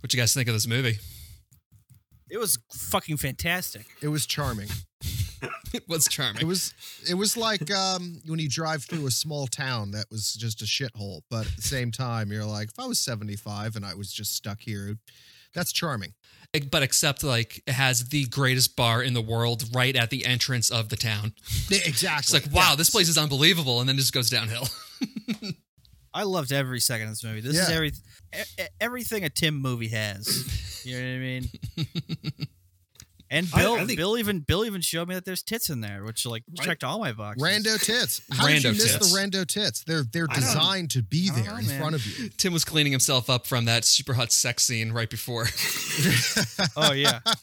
What you guys think of this movie? It was fucking fantastic. It was charming. It was charming. It was it was like um, when you drive through a small town that was just a shithole, but at the same time you're like, if I was 75 and I was just stuck here, that's charming. It- but except like it has the greatest bar in the world right at the entrance of the town. Yeah, Exactly. It's like, wow, Yeah. this place is unbelievable, and then it just goes downhill. I loved every second of this movie. This is Yeah. every e- e- everything a Tim movie has. you know what I mean? And I- Bill, I think- Bill even Bill even showed me that there's tits in there, which like Right. checked all my boxes. Rando tits. How did you Rando miss tits. the rando tits? They're they're I don't- designed to be I don't there know, in man. front of you. Tim was cleaning himself up from that super hot sex scene right before. Oh yeah, I,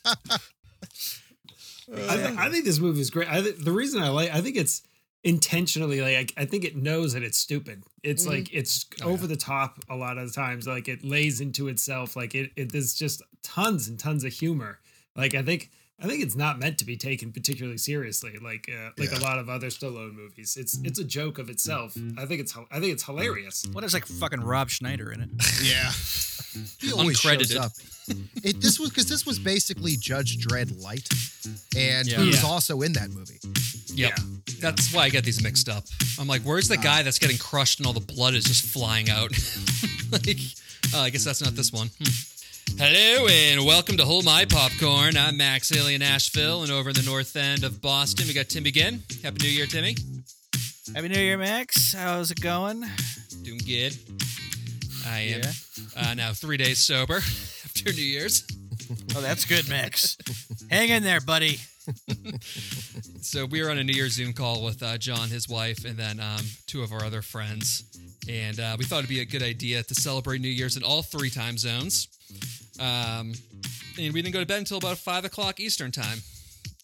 th- I think this movie is great. I th- the reason I like, I think it's intentionally like I, I think it knows that it's stupid. It's like it's Oh, over the top a lot of the times. Like it lays into itself. Like it, it there's just tons and tons of humor. Like I think I think it's not meant to be taken particularly seriously. Like uh, like Yeah. a lot of other Stallone movies. It's it's a joke of itself. I think it's hil- I think it's hilarious. well, there's like fucking Rob Schneider in it. Yeah. He always shows Uncredited. up. It, this was because this was basically Judge Dredd light, and Yeah. he was Yeah. also in that movie. Yep. That's why I get these mixed up. I'm like, where's the guy that's getting crushed and all the blood is just flying out? like, uh, I guess that's not this one. Hmm. Hello and welcome to Hold My Popcorn. I'm Max Haley in Asheville, and over in the north end of Boston, we got Tim Begin. Happy New Year, Timmy. Happy New Year, Max. How's it going? Doing good. I am Yeah. uh, now three days sober after New Year's. Oh, that's good, Max. Hang in there, buddy. So we were on a New Year's Zoom call with uh, John, his wife, and then um, two of our other friends, and uh, we thought it'd be a good idea to celebrate New Year's in all three time zones. Um, and we didn't go to bed until about five o'clock Eastern time.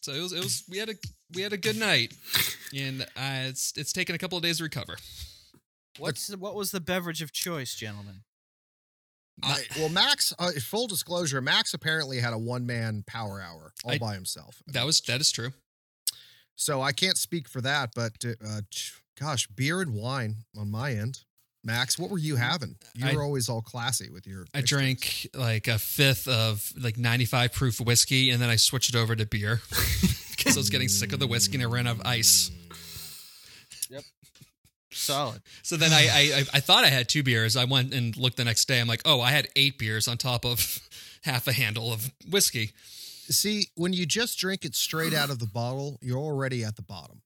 So it was, it was we had a we had a good night, and uh, it's it's taken a couple of days to recover. What's what was the beverage of choice, gentlemen? I, well, Max, uh, full disclosure, Max apparently had a one man power hour all I- by himself. That was that is true. So I can't speak for that, but uh, ch- gosh, beer and wine on my end. Max, what were you having? You Mm, I- were always all classy with your. I drank like a fifth of like 95 proof whiskey, and then I switched it over to beer because I was getting sick of the whiskey and I ran out of ice. Solid. So then I, I I- I thought I had two beers. I went and looked the next day. I'm like, oh, I had eight beers on top of half a handle of whiskey. See, when you just drink it straight out of the bottle, you're already at the bottom,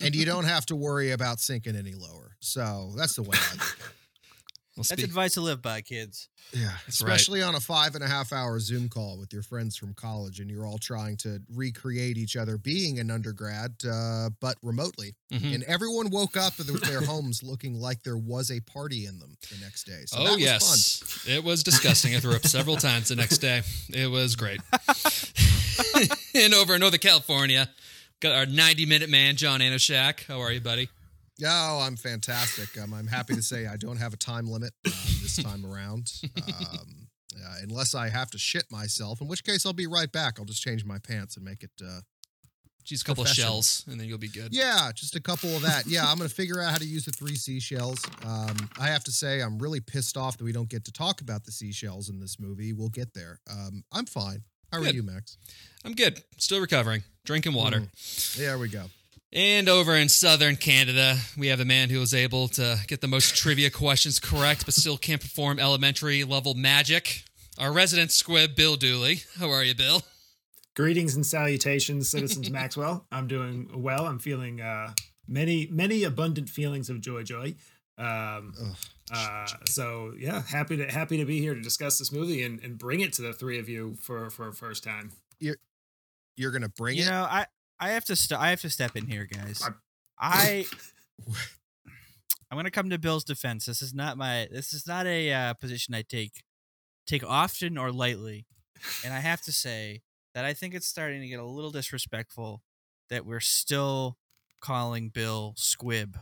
and you don't have to worry about sinking any lower. So that's the way. I look at it. Well, That's speak- advice to live by, kids. Yeah, That's right. especially on a five and a half hour Zoom call with your friends from college, and you're all trying to recreate each other being an undergrad, uh, but remotely. Mhm. And everyone woke up with their homes looking like there was a party in them the next day. So that oh was fun. yes, it was disgusting. I threw up several times the next day. It was great. and over in Northern California, got our 90 minute man John Anoshak. How are you, buddy? Oh, I'm fantastic. Um, I'm happy to say I don't have a time limit uh, this time around, um, uh, unless I have to shit myself. In which case, I'll be right back. I'll just change my pants and make it. Uh, Just a couple of Professional. shells, and then you'll be good. yeah, just a couple of that. Yeah, I'm gonna figure out how to use the three seashells. Um, I have to say, I'm really pissed off that we don't get to talk about the seashells in this movie. We'll get there. Um, I'm fine. How are Good. you, Max? I'm good. Still recovering. Drinking Mm. water. There we go. And over in southern Canada, we have a man who was able to get the most trivia questions correct, but still can't perform elementary level magic. Our resident squib, Bill Dooley. How are you, Bill? Greetings and salutations, citizens Maxwell. I'm doing well. I'm feeling uh, many, many abundant feelings of joy, joy. Um, Ugh. uh, so yeah, happy to happy to be here to discuss this movie and, and bring it to the three of you for for a first time. You're gonna bring You it. know, I I have to st- I have to step in here, guys. I'm- I I'm gonna come to Bill's defense. This is not my this is not a uh, position I take take often or lightly, and I have to say that I think it's starting to get a little disrespectful that we're still calling Bill Squib.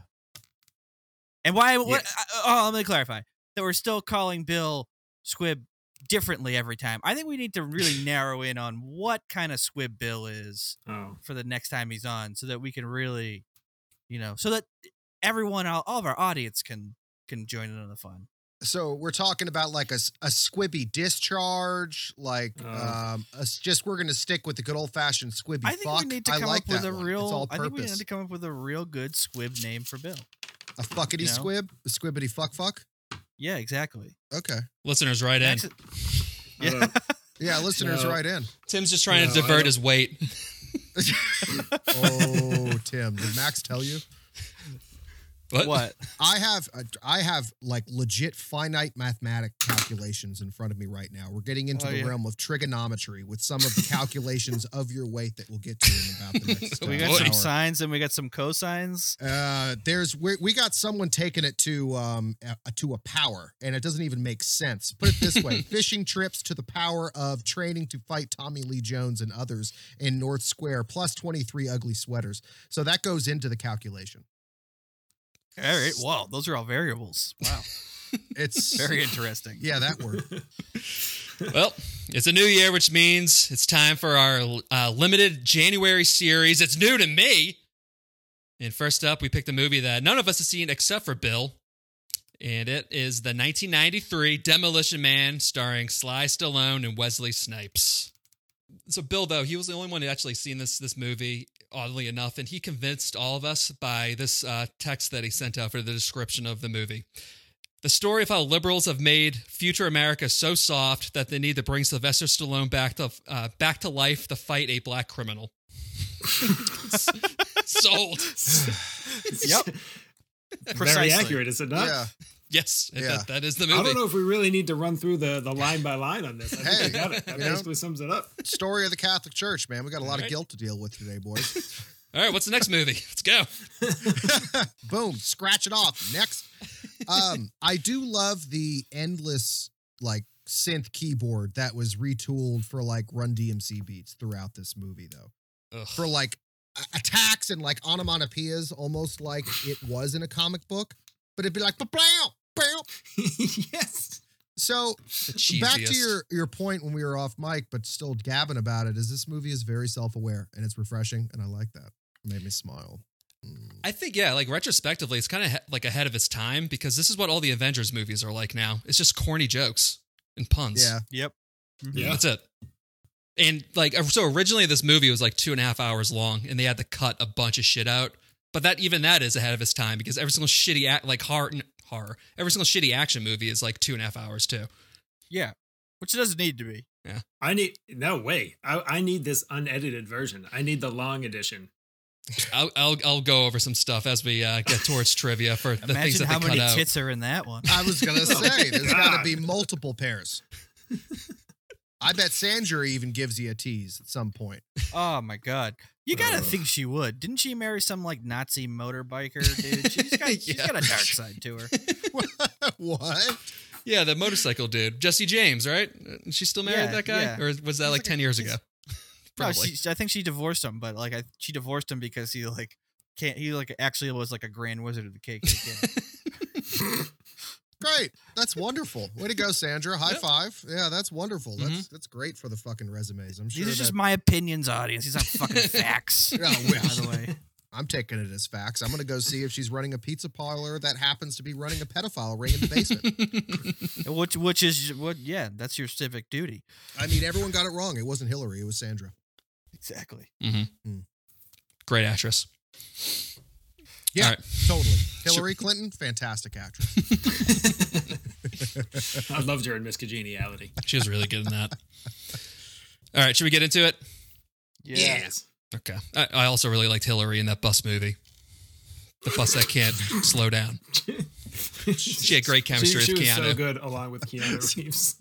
And why? What? I, oh, let me clarify that we're still calling Bill Squib differently every time. I think we need to really narrow in on what kind of Squib Bill is Oh, for the next time he's on so that we can really you know so that everyone all, all of our audience can can join in on the fun so we're talking about like a, s- a squibby discharge, like Uh. um, a s- just we're gonna stick with the good old fashioned squibby. I think fuck. we need to I come like up with that a one. It's real. all I think we need purpose. to come up with a real good squib name for Bill. A fuckity you know? squib, a squibbity fuck fuck. Yeah, exactly. Okay, Listeners, right in. That's it. Uh, I don't Yeah. yeah, listeners, No. right in. Tim's just trying to No, I divert don't- his weight. Oh, Tim, did Max tell you? But what? I have uh, I have like legit finite mathematic calculations in front of me right now. We're getting into Oh, the yeah. realm of trigonometry with some of the calculations of your weight that we'll get to in about the next. we uh, got some hour. signs and we got some cosines. Uh, there's we we got someone taking it to um a, to a power, and it doesn't even make sense. Put it this way: fishing trips to the power of training to fight Tommy Lee Jones and others in North Square, plus twenty three ugly sweaters. So that goes into the calculation. All right. Wow, those are all variables. Wow, It's very interesting. yeah that word. Well, it's a new year, which means it's time for our uh, limited January series. It's new to me. And first up, we picked a movie that none of us have seen except for Bill. And it is the 1993 Demolition Man starring Sly Stallone and Wesley Snipes. So Bill, though, he was the only one who actually seen this this movie, oddly enough, and he convinced all of us by this uh, text that he sent out for the description of the movie. The story of how liberals have made future America so soft that they need to bring Sylvester Stallone back to uh, back to life to fight a black criminal. Sold. Yep. Very Precisely. accurate, is it not? yeah. Yes, Yeah. that, that is the movie. I don't know if we really need to run through the, the line by line on this. I think Hey, I got it. That you know? basically sums it up. Story of the Catholic Church, man. We got a lot Right. of guilt to deal with today, boys. All right, what's the next movie? Let's go. Boom, scratch it off. Next. Um, I do love the endless like synth keyboard that was retooled for like Run DMC beats throughout this movie, though. Ugh. For like a- attacks and like onomatopoeias, almost like it was in a comic book, but it'd be like, "Ba-blow, bow." yes. so The cheesiest. back to your your point when we were off mic, but still gabbing about it, is this movie is very self aware and it's refreshing, and I like that. It made me smile. Mm. I think yeah, like retrospectively, it's kind of like ahead of its time because this is what all the Avengers movies are like now. It's just corny jokes and puns. Yeah, Yep. Mm-hmm. Yeah. That's it. And like, uh, so originally this movie was like two and a half hours long, and they had to cut a bunch of shit out. But that even that is ahead of its time because every single shitty act, like horror, horror, every single shitty action movie is like two and a half hours too. Yeah. Which it doesn't need to be. I need no way. I, I need this unedited version. I need the long edition. I'll I'll, I'll go over some stuff as we uh, get towards trivia for the things Imagine that how they cut many out. tits are in that one. I was gonna Oh say there's got to God. be multiple pairs. I bet Sandra even gives you a tease at some point. Oh my god. You gotta Ugh. think she would. Didn't she marry some like Nazi motorbiker dude? She's got she's Yeah. got a dark side to her. what? Yeah, the motorcycle dude, Jesse James, right? Uh, She still married Yeah, that guy, yeah. or was that He's like like ten a- years he's- ago? No, Probably. she, I think she divorced him, but like I, she divorced him because he like can't he like actually was like a grand wizard of the KKK. Great. That's wonderful. Way to go, Sandra. High Yeah. five. Yeah, that's wonderful. That's that's great for the fucking resumes. I'm sure. These are Mm-hmm. just that- my opinions, audience. These aren't fucking facts. Oh, by well. the way. I'm taking it as facts. I'm gonna go see if she's running a pizza parlor that happens to be running a pedophile ring in the basement. Which which is what yeah, that's your civic duty. I mean, everyone got it wrong. It wasn't Hillary. It was Sandra. Exactly. mm-hmm. Mm. Great actress. Yeah, All right. totally. Hillary Clinton, fantastic actress. I loved her in Miss Congeniality. She was really good in that. All right, should we get into it? Yes. Okay. I, I also really liked Hillary in that bus movie. The bus that can't slow down. She had great She, chemistry she with was Keanu. so good along with Keanu Reeves.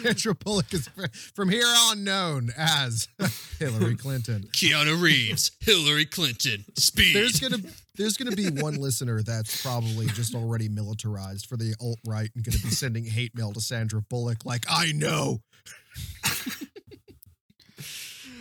Sandra Bullock is fr- from here on known as Hillary Clinton. Keanu Reeves, Hillary Clinton, speed. There's gonna there's gonna be one listener that's probably just already militarized for the alt right and gonna be sending hate mail to Sandra Bullock like I know.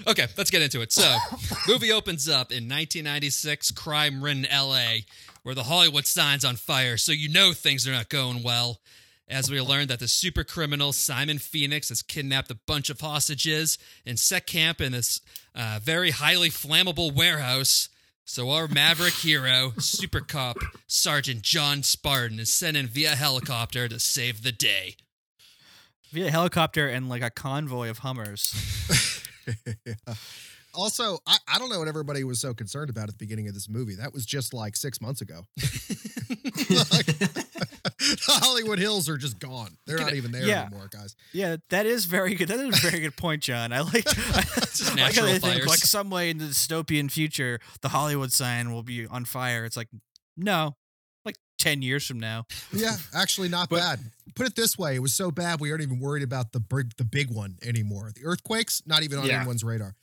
Okay, let's get into it. So, movie opens up in 1996, crime ridden LA, where the Hollywood sign's on fire, so you know things are not going well. As we learn that the super criminal Simon Phoenix has kidnapped a bunch of hostages and set camp in this uh, very highly flammable warehouse So our maverick hero, super cop Sergeant John Spartan, is sent in via helicopter to save the day. Via helicopter and like a convoy of Hummers. Also, I, I don't know what everybody was so concerned about at the beginning of this movie. That was just like six months ago. Like, the Hollywood Hills are just gone. They're not even there Yeah. anymore, guys. Yeah, that is very good. That is a very good point, John. I like. Just I like how natural they think fires. like some way in the dystopian future, the Hollywood sign will be on fire. It's like no, like ten years from now. Yeah, actually, not But- bad. Put it this way: it was so bad we aren't even worried about the big, the big one anymore. The earthquakes, not even on Yeah. anyone's radar.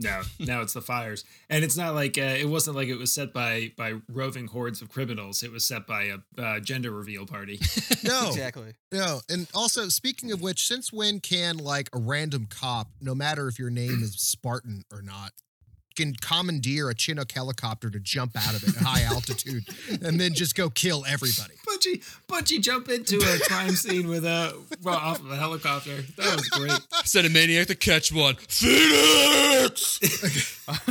No, now it's the fires, and it's not like uh, it wasn't like it was set by by roving hordes of criminals. It was set by a uh, gender reveal party. No, Exactly. No, and also speaking of which, since when can like a random cop, no matter if your name is Spartan or not, can commandeer a Chinook helicopter to jump out of it at high altitude and then just go kill everybody? Bunchy, Bunchy jump into a crime scene with a well, off of a helicopter. That was great. Send a maniac to catch one. Phoenix!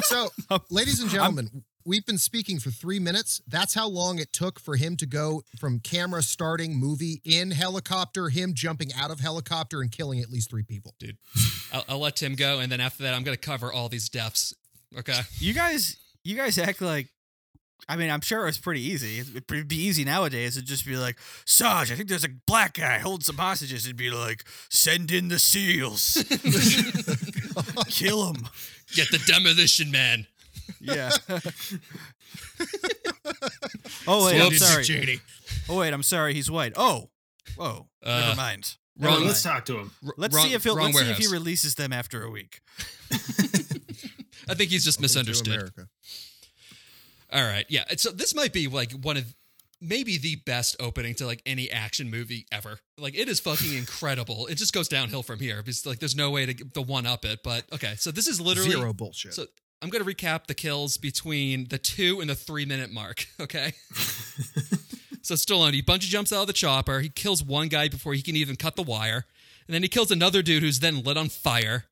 So, ladies and gentlemen, we've been speaking for three minutes. That's how long it took for him to go from camera starting movie in helicopter, him jumping out of helicopter and killing at least three people. I'll, I'll let Tim go, and then after that, I'm going to cover all these deaths. Okay. You guys, you guys act like. I mean, I'm sure it's pretty easy. It'd be easy nowadays. It'd just be like, Sarge, I think there's a black guy holding some hostages. It'd be like, send in the SEALs, kill him. Get the demolition man. Yeah. oh wait, I'm Slow sorry. Janie. Oh wait, I'm sorry. He's white. Oh, whoa. Uh, Never mind. Now Never wrong- mind. let's talk to him. R- Let's wrong- see if he'll, wrong let's see if warehouse. he releases them after a week. I think he's just misunderstood. America. All right, yeah. And So this might be like one of maybe the best opening to like any action movie ever. Like it is fucking incredible. It just goes downhill from here because like there's no way to get the one up it. But okay, so this is literally Zero bullshit. So I'm gonna recap the kills between the two and the three minute mark. Okay. so Stallone he bungee jumps out of the chopper. He kills one guy before he can even cut the wire, and then he kills another dude who's then lit on fire.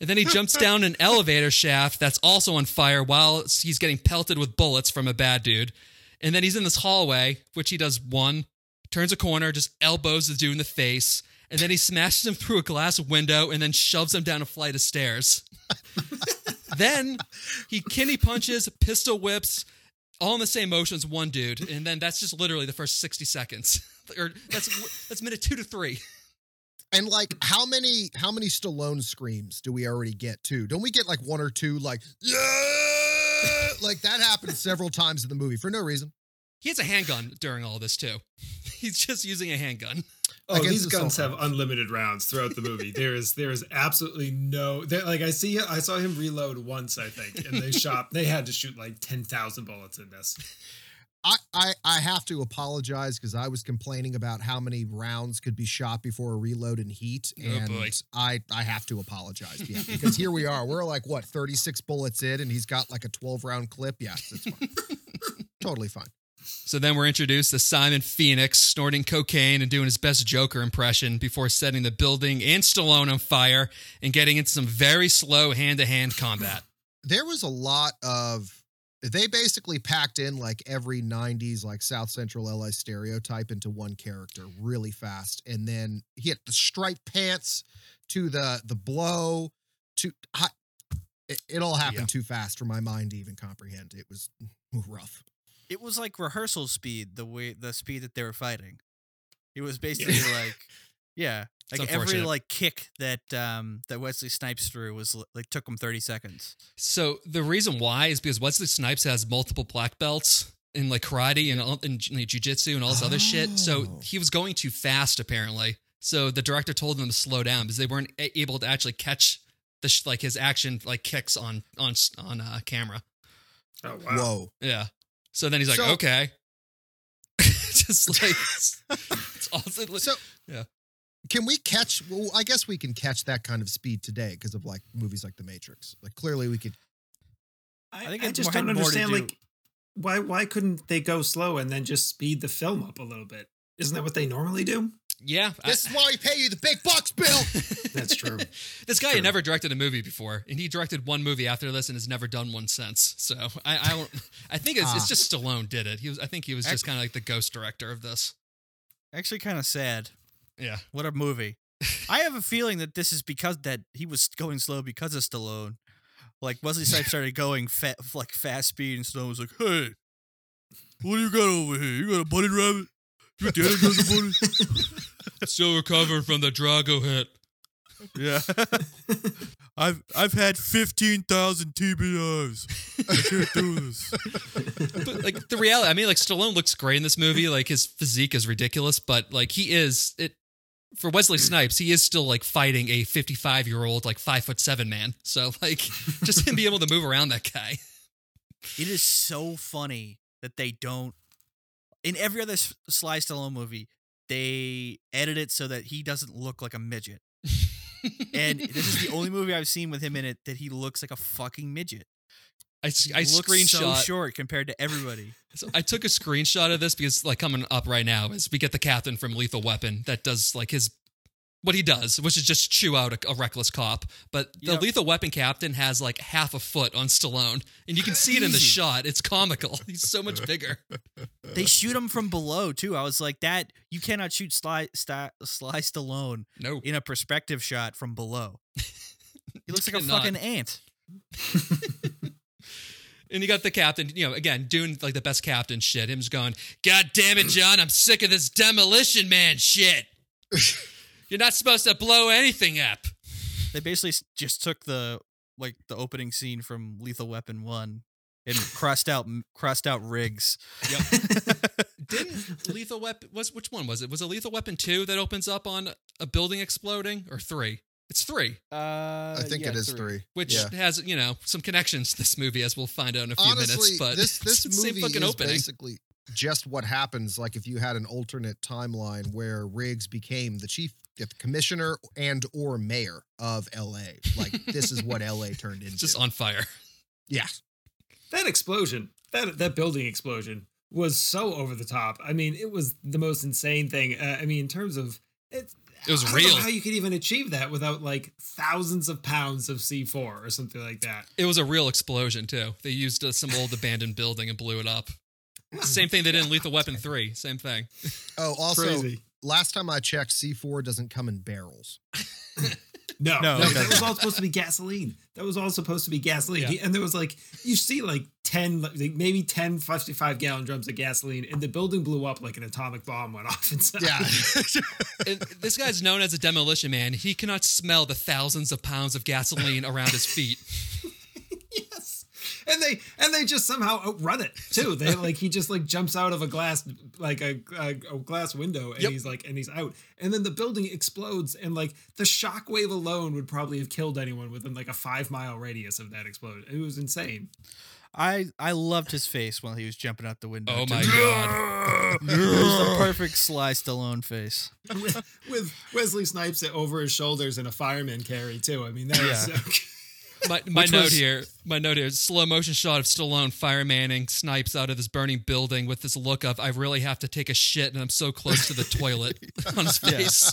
And then he jumps down an elevator shaft that's also on fire while he's getting pelted with bullets from a bad dude. And then he's in this hallway, which he does one, turns a corner, just elbows the dude in the face, and then he smashes him through a glass window and then shoves him down a flight of stairs then he kidney punches, pistol whips, all in the same motions, one dude, and then that's just literally the first sixty seconds, or that's that's minute two to three. And like, how many how many Stallone screams do we already get? Too don't we get like one or two? Like, yeah, like that happens several times in the movie for no reason. He has a handgun during all this too. He's just using a handgun. Oh, Against these the guns cell have phones. unlimited rounds throughout the movie. there is there is absolutely no there, like I see I saw him reload once I think, and they shot they had to shoot like ten thousand bullets in this. I I, I have to apologize because I was complaining about how many rounds could be shot before a reload in heat, Oh, and boy. I I have to apologize, yeah, because here we are, we're like what thirty six bullets in, and he's got like a twelve round clip. Yeah, that's fine. totally fine. So then we're introduced to Simon Phoenix snorting cocaine and doing his best Joker impression before setting the building and Stallone on fire and getting into some very slow hand to hand combat. there was a lot of they basically packed in like every 90s like south central la stereotype into one character really fast and then he had the striped pants to the the blow to I, it, it all happened Yeah. too fast for my mind to even comprehend it was rough It was like rehearsal speed, the way the speed that they were fighting. It was basically like, yeah, It's like every unfortunate. like kick that um that Wesley Snipes threw was li- like took him thirty seconds. So the reason why is because Wesley Snipes has multiple black belts in like karate and all, and like, jujitsu and all this other shit. So Oh. he was going too fast apparently. So the director told them to slow down because they weren't a- able to actually catch the sh- like his action like kicks on on s- on uh, camera. Oh whoa Yeah. So then he's like, So- okay. Just like it's, it's awesome. so yeah. can we catch well i guess we can catch that kind of speed today because of like movies like the matrix like clearly we could I, I think I it's just more- don't had more to understand do- like why why couldn't they go slow and then just speed the film up a little bit? Isn't that what they normally do? Yeah, I- This is why we pay you the big bucks, Bill. That's true. this guy True. had never directed a movie before, and he directed one movie after this, and has never done one since. So I, I don't. I think it's, it's Ah. just Stallone did it. He was. I think he was just Ac- kind of like the ghost director of this. Actually, kind of sad. Yeah. What a movie. I have a feeling that this is because that he was going slow because of Stallone. Like Wesley Snipes started going fa- like fast speed, and Stallone was like, "Hey, what do you got over here? You got a bunny rabbit? Your daddy got a bunny? Still recovering from the Drago hit. Yeah. I've I've had fifteen thousand TBIs. I can't do this. But like the reality, I mean, like Stallone looks great in this movie. Like his physique is ridiculous, but like he is it for Wesley Snipes. He is still like fighting a fifty-five-year-old, like five foot seven man. So like, just him being able to move around that guy. It is so funny that they don't. In every other S- Sly Stallone movie, they edit it so that he doesn't look like a midget. And this is the only movie I've seen with him in it that he looks like a fucking midget. I, I He looks so screenshot. short compared to everybody. So I took a screenshot of this because like coming up right now is we get the captain from Lethal Weapon that does like his what he does, which is just chew out a, a reckless cop. But the Yep. Lethal Weapon captain has like half a foot on Stallone, and you can see it in the Easy. shot. It's comical. He's so much bigger. They shoot him from below too. I was like, that you cannot shoot Sly Sly, Sly Stallone No, in a perspective shot from below. He looks like a cannot. fucking ant. and you got the captain. You know, again doing like the best captain shit. Him's going, God damn it, John! I'm sick of this demolition man shit. You're not supposed to blow anything up. They basically s- just took the like the opening scene from Lethal Weapon One and crossed out crossed out rigs. didn't lethal weapon was which one was it was it lethal weapon 2 that opens up on a building exploding or 3 it's 3 Uh, I think it is three. which Yeah. has you know some connections to this movie as we'll find out in a few minutes but this it's this the same movie fucking is opening basically just what happens. Like if you had an alternate timeline where Riggs became the chief, the commissioner, and or mayor of L.A. Like this is what L.A. turned into. It's just on fire yeah, that explosion, that that building explosion was so over the top. I mean, it was the most insane thing. Uh, I mean, in terms of it, It was I don't know real. how you could even achieve that without like thousands of pounds of C four or something like that. it was a real explosion too they used uh, some old abandoned building and blew it up same thing they did in lethal weapon 3 same thing Oh, also, Crazy. last time I checked, C4 doesn't come in barrels. No, No, no, it that doesn't. was all supposed to be gasoline. That was all supposed to be gasoline. Yeah. He- And there was like, you see like 10, like maybe 10 55 gallon drums of gasoline, and the building blew up like an atomic bomb went off inside. Yeah. And this guy's known as a demolition man he cannot smell the thousands of pounds of gasoline around his feet yes. And they and they just somehow outrun it too. They like he just like jumps out of a glass like a, a, a glass window and Yep. he's like and he's out. And then the building explodes and like the shockwave alone would probably have killed anyone within like a five mile radius of that explosion. It was insane. I I loved his face while he was jumping out the window. oh To my me, god it was the perfect Sly Stallone face. with, with Wesley Snipes over his shoulders and a fireman carry too. I mean that was Yeah. so good. My, my Which note was- here, my note here, slow motion shot of Stallone fire manning snipes out of this burning building with this look of I really have to take a shit and I'm so close to the toilet on his face.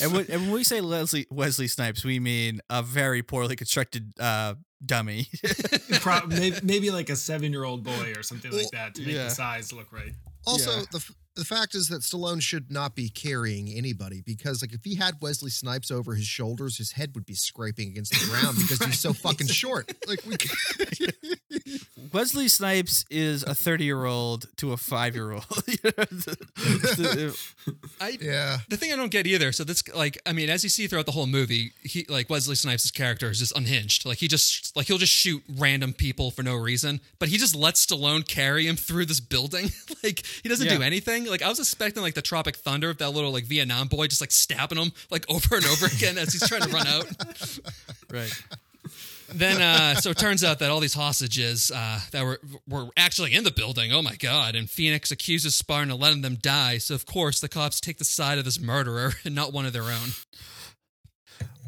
And when, and when we say Leslie Wesley Snipes, we mean a very poorly constructed uh, dummy. Pro- maybe, maybe like a seven year old boy or something like Well, that to make yeah. the size look right. also, Yeah. the f- the fact is that Stallone should not be carrying anybody because, like, if he had Wesley Snipes over his shoulders, his head would be scraping against the ground because he's so fucking short. Like, we Wesley Snipes is a 30 year old to a five year old. I yeah. the thing I don't get either. So this like I mean, as you see throughout the whole movie, he like Wesley Snipes' character is just unhinged. Like he just like he'll just shoot random people for no reason, but he just lets Stallone carry him through this building. like he doesn't do Yeah. anything. Like I was expecting like the Tropic Thunder of that little like Vietnam boy just like stabbing him like over and over again as he's trying to run out. right. then uh, so it turns out that all these hostages uh, that were were actually in the building. Oh my god! And Phoenix accuses Spartan of letting them die. So of course the cops take the side of this murderer and not one of their own.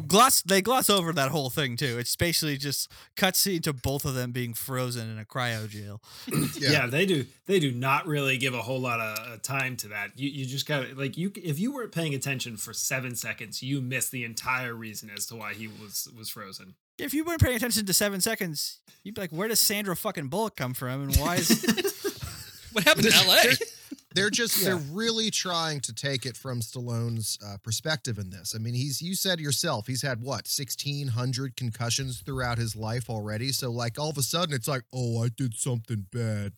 gloss they gloss over that whole thing too. It's basically just cutscene to both of them being frozen in a cryo jail. yeah. they do they do not really give a whole lot of uh, time to that you, you just gotta like you if you weren't paying attention for seven seconds you missed the entire reason as to why he was was frozen If you weren't paying attention to seven seconds, you'd be like, "Where does Sandra fucking Bullock come from?" And why is What happened in L.A.? They're just they're really trying to take it from Stallone's uh, perspective in this. I mean, he's you said yourself, he's had what 1600 concussions throughout his life already. So like all of a sudden it's like, "Oh, I did something bad.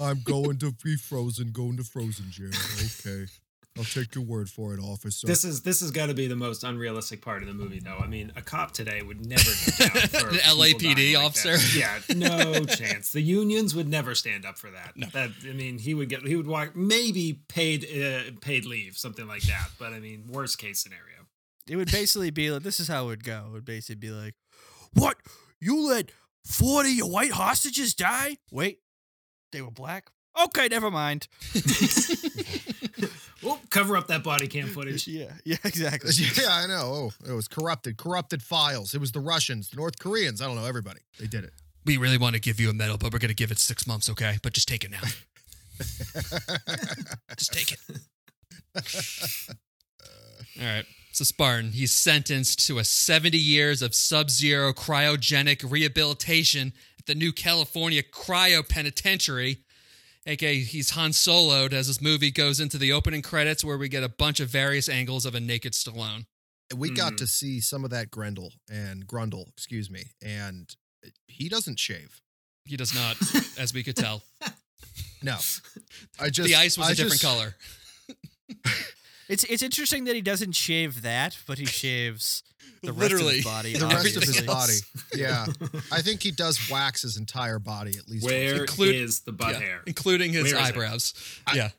I'm going to be frozen, going to frozen jail." Okay. I'll take your word for it, officer. this is this has got to be the most unrealistic part of the movie though i mean a cop today would never get down for An people LAPD dying like officer. that. yeah no chance the unions would never stand up for that that i mean he would get he would walk maybe paid uh, paid leave something like that but i mean worst case scenario it would basically be like this is how it would go. It would basically be like, "What? You let forty of your white hostages die? Wait, they were black. Okay, never mind. well cover up that body cam footage Yeah, yeah, exactly. yeah, I know. Oh, it was corrupted, corrupted files. It was the Russians, the North Koreans. I don't know everybody. They did it. We really want to give you a medal, but we're going to give it six months, okay? But just take it now. Just take it. All right. So Spartan, he's sentenced to a 70 years of sub-zero cryogenic rehabilitation at the New California Cryo Penitentiary. AKA he's Han Soloed as this movie goes into the opening credits where we get a bunch of various angles of a naked Stallone. we Mm-hmm. got Mhm. to see some of that Grendel and Grundle, excuse me, and he doesn't shave. He does not, as we could tell. No, I just the ice was a a different color. It's it's interesting that he doesn't shave that, but he shaves the Literally. rest of his body. The rest of his Everything body, else. yeah. I think he does wax his entire body at least. once. Where is Include- the butt Yeah, hair? Including his Where is it? eyebrows. yeah.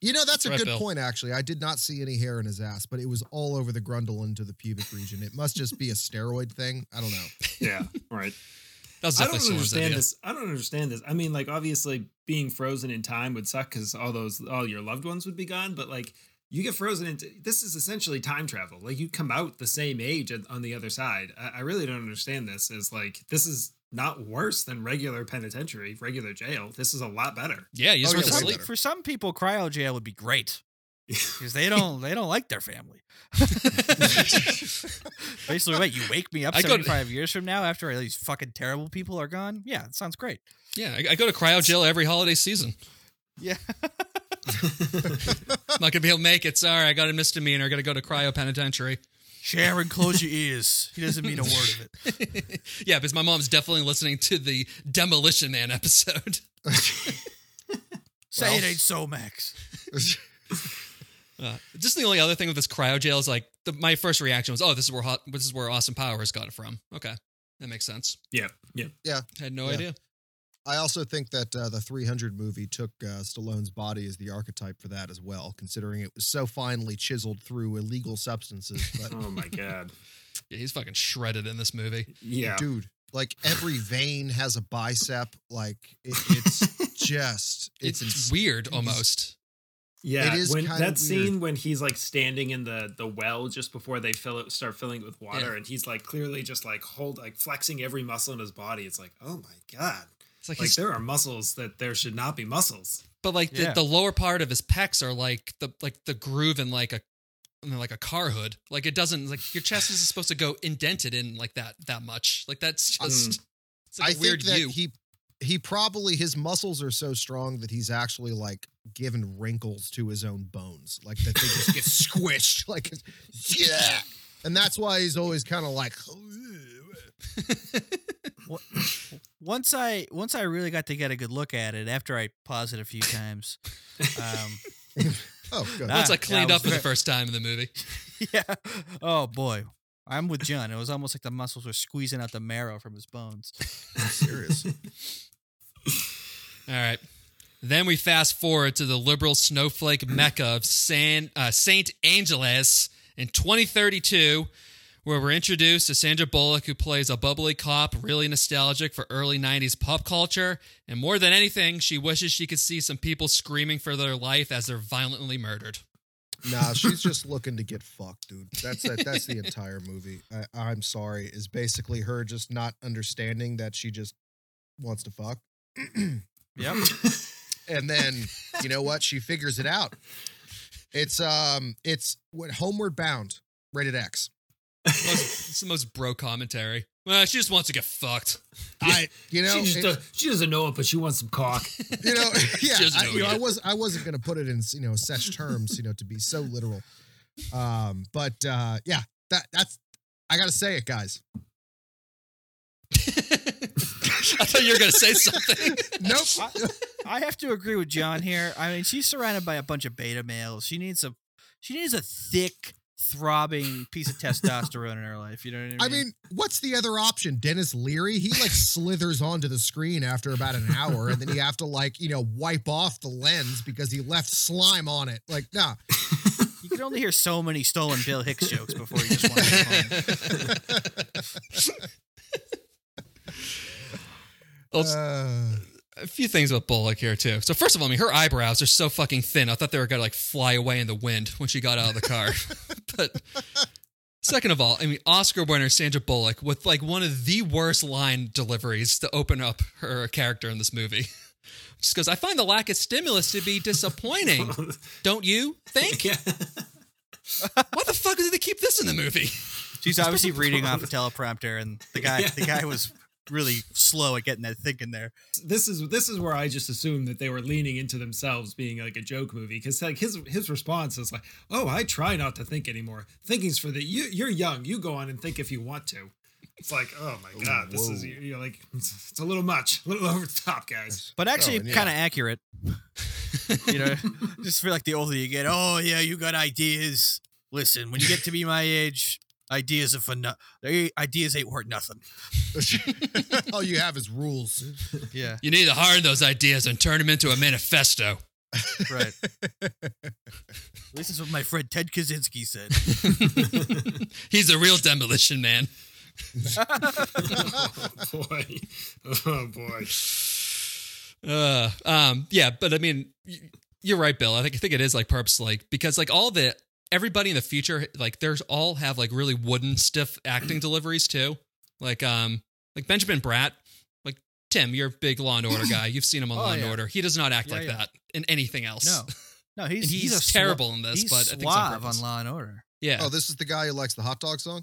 You know, that's a Right, good Bill. point. Actually, I did not see any hair in his ass, but it was all over the Grundle into the pubic region. It must just be a steroid thing. I don't know. Yeah, right. That was I definitely don't Stallone's understand idea. this. I don't understand this. I mean, like obviously being frozen in time would suck because all those all your loved ones would be gone. But like you get frozen into this is essentially time travel. Like you come out the same age on- on the other side. I, I really don't understand this. Is like this is not worse than regular penitentiary, regular jail. This is a lot better. Yeah, you just Oh, went yeah, to way For, sleep. better. for some people, cryo jail would be great because they don't they don't like their family. Basically, wait, you wake me up I go to- seventy five years from now after all these fucking terrible people are gone. Yeah, it sounds great. yeah, I, I go to cryo jail every holiday season. Yeah, I'm not gonna be able to make it. Sorry, I got a misdemeanor. I got to go to cryo penitentiary. Sharon, close your ears. He doesn't mean a word of it. yeah, because my mom's definitely listening to the Demolition Man episode. Say it ain't so, Max. Uh, just the only other thing with this cryo jail is like the, my first reaction was, oh, this is where hot, this is where Austin Powers got it from. Okay, that makes sense. Yeah, yeah. had no Yeah. idea. I also think that uh, the 300 movie took uh, Stallone's body as the archetype for that as well, considering it was so finely chiseled through illegal substances. But Oh my god. Yeah, he's fucking shredded in this movie. Yeah. dude, like every vein has a bicep. Like it, it's just, it's, It's, ins- weird almost. Yeah, It is when kinda that weird. scene when he's like standing in the the well just before they fill it, start filling it with water, Yeah. and he's like clearly just like hold like flexing every muscle in his body. It's like, oh my god, It's like, like he's, there are muscles that there should not be muscles. but like the, Yeah. the lower part of his pecs are like the like the groove in like a in like a car hood. Like it doesn't like your chest isn't supposed to go indented in like that that much. Like that's just it's like a Um, I weird think that view. he, he probably, his muscles are so strong that he's actually like given wrinkles to his own bones, like that they just get squished. Like, yeah. And that's why he's always kind of like, Wha- once I once I really got to get a good look at it after I paused it a few times. Um, oh, good. Nah. Once I yeah, cleaned I up for the Ah, was- first time in the movie. yeah. Oh boy, I'm with John. It was almost like the muscles were squeezing out the marrow from his bones. Serious. All right. Then we fast forward to the liberal snowflake mecca of San, uh, St. Angeles in 2032, where we're introduced to Sandra Bullock, who plays a bubbly cop, really nostalgic for early 90s pop culture. And more than anything, she wishes she could see some people screaming for their life as they're violently murdered. Nah, she's just looking to get fucked, dude. That's that, that's the entire movie. I, I'm sorry, is basically her just not understanding that she just wants to fuck. Yep. and then you know what? She figures it out. It's um, it's what Homeward Bound, rated X. Most, it's the most bro commentary. Well, she just wants to get fucked. I, you know, she, just, it- does- she doesn't know it, but she wants some cock. you know, yeah, doesn't I, know you know, I yet. was I wasn't gonna put it in you know such terms, you know, to be so literal. Um, but uh, yeah, that that's I gotta say it, guys. I thought you were gonna say something. Nope. I have to agree with John here. I mean, she's surrounded by a bunch of beta males. She needs a she needs a thick, throbbing piece of testosterone in her life. You know what I mean? I mean, what's the other option? Dennis Leary, he like slithers onto the screen after about an hour, and then you have to like you know wipe off the lens because he left slime on it. Like, nah, you can only hear so many stolen Bill Hicks jokes before you just want to go home. Well, Uh, a few things about Bullock here too. So first of all, I mean, her eyebrows are so fucking thin. I thought they were gonna like fly away in the wind when she got out of the car. but second of all, I mean, Oscar winner Sandra Bullock with like one of the worst line deliveries to open up her character in this movie. She goes, "I find the lack of stimulus to be disappointing. Don't you think? yeah. Why the fuck did they keep this in the movie?" She's obviously reading off a teleprompter, and the guy the guy was really slow at getting that thick in there. This is this is where I just assumed that they were leaning into themselves being like a joke movie because like his his response is like, "Oh, I try not to think anymore. Thinking's for the you. You're young. You go on and think if you want to." It's like, oh my god, this is you're like it's, it's a little much, a little over the top, guys. But actually, Oh, and yeah. kind of accurate. you know, just feel like the older you get, oh yeah, you got ideas. Listen, when you get to be my age, ideas are for no- they- ideas ain't worth nothing. all you have is rules. Yeah, You need to harden those ideas and turn them into a manifesto. right. this is what my friend Ted Kaczynski said. He's a real demolition man. oh boy, oh boy. Uh, um, yeah, but I mean, y- you're right, Bill. I think I think it is like perps like because like all the everybody in the future like there's all have like really wooden stiff acting deliveries too. Like um like Benjamin Bratt, like Tim, you're a big Law and Order guy. You've seen him on Oh, Law and yeah. Order. He does not act Yeah, like yeah. that in anything else. No, no, And he's he's, a swa- terrible in this, he's but I think it's on suave purpose. on Law and Order. yeah. Oh, this is the guy who likes the hot dog song.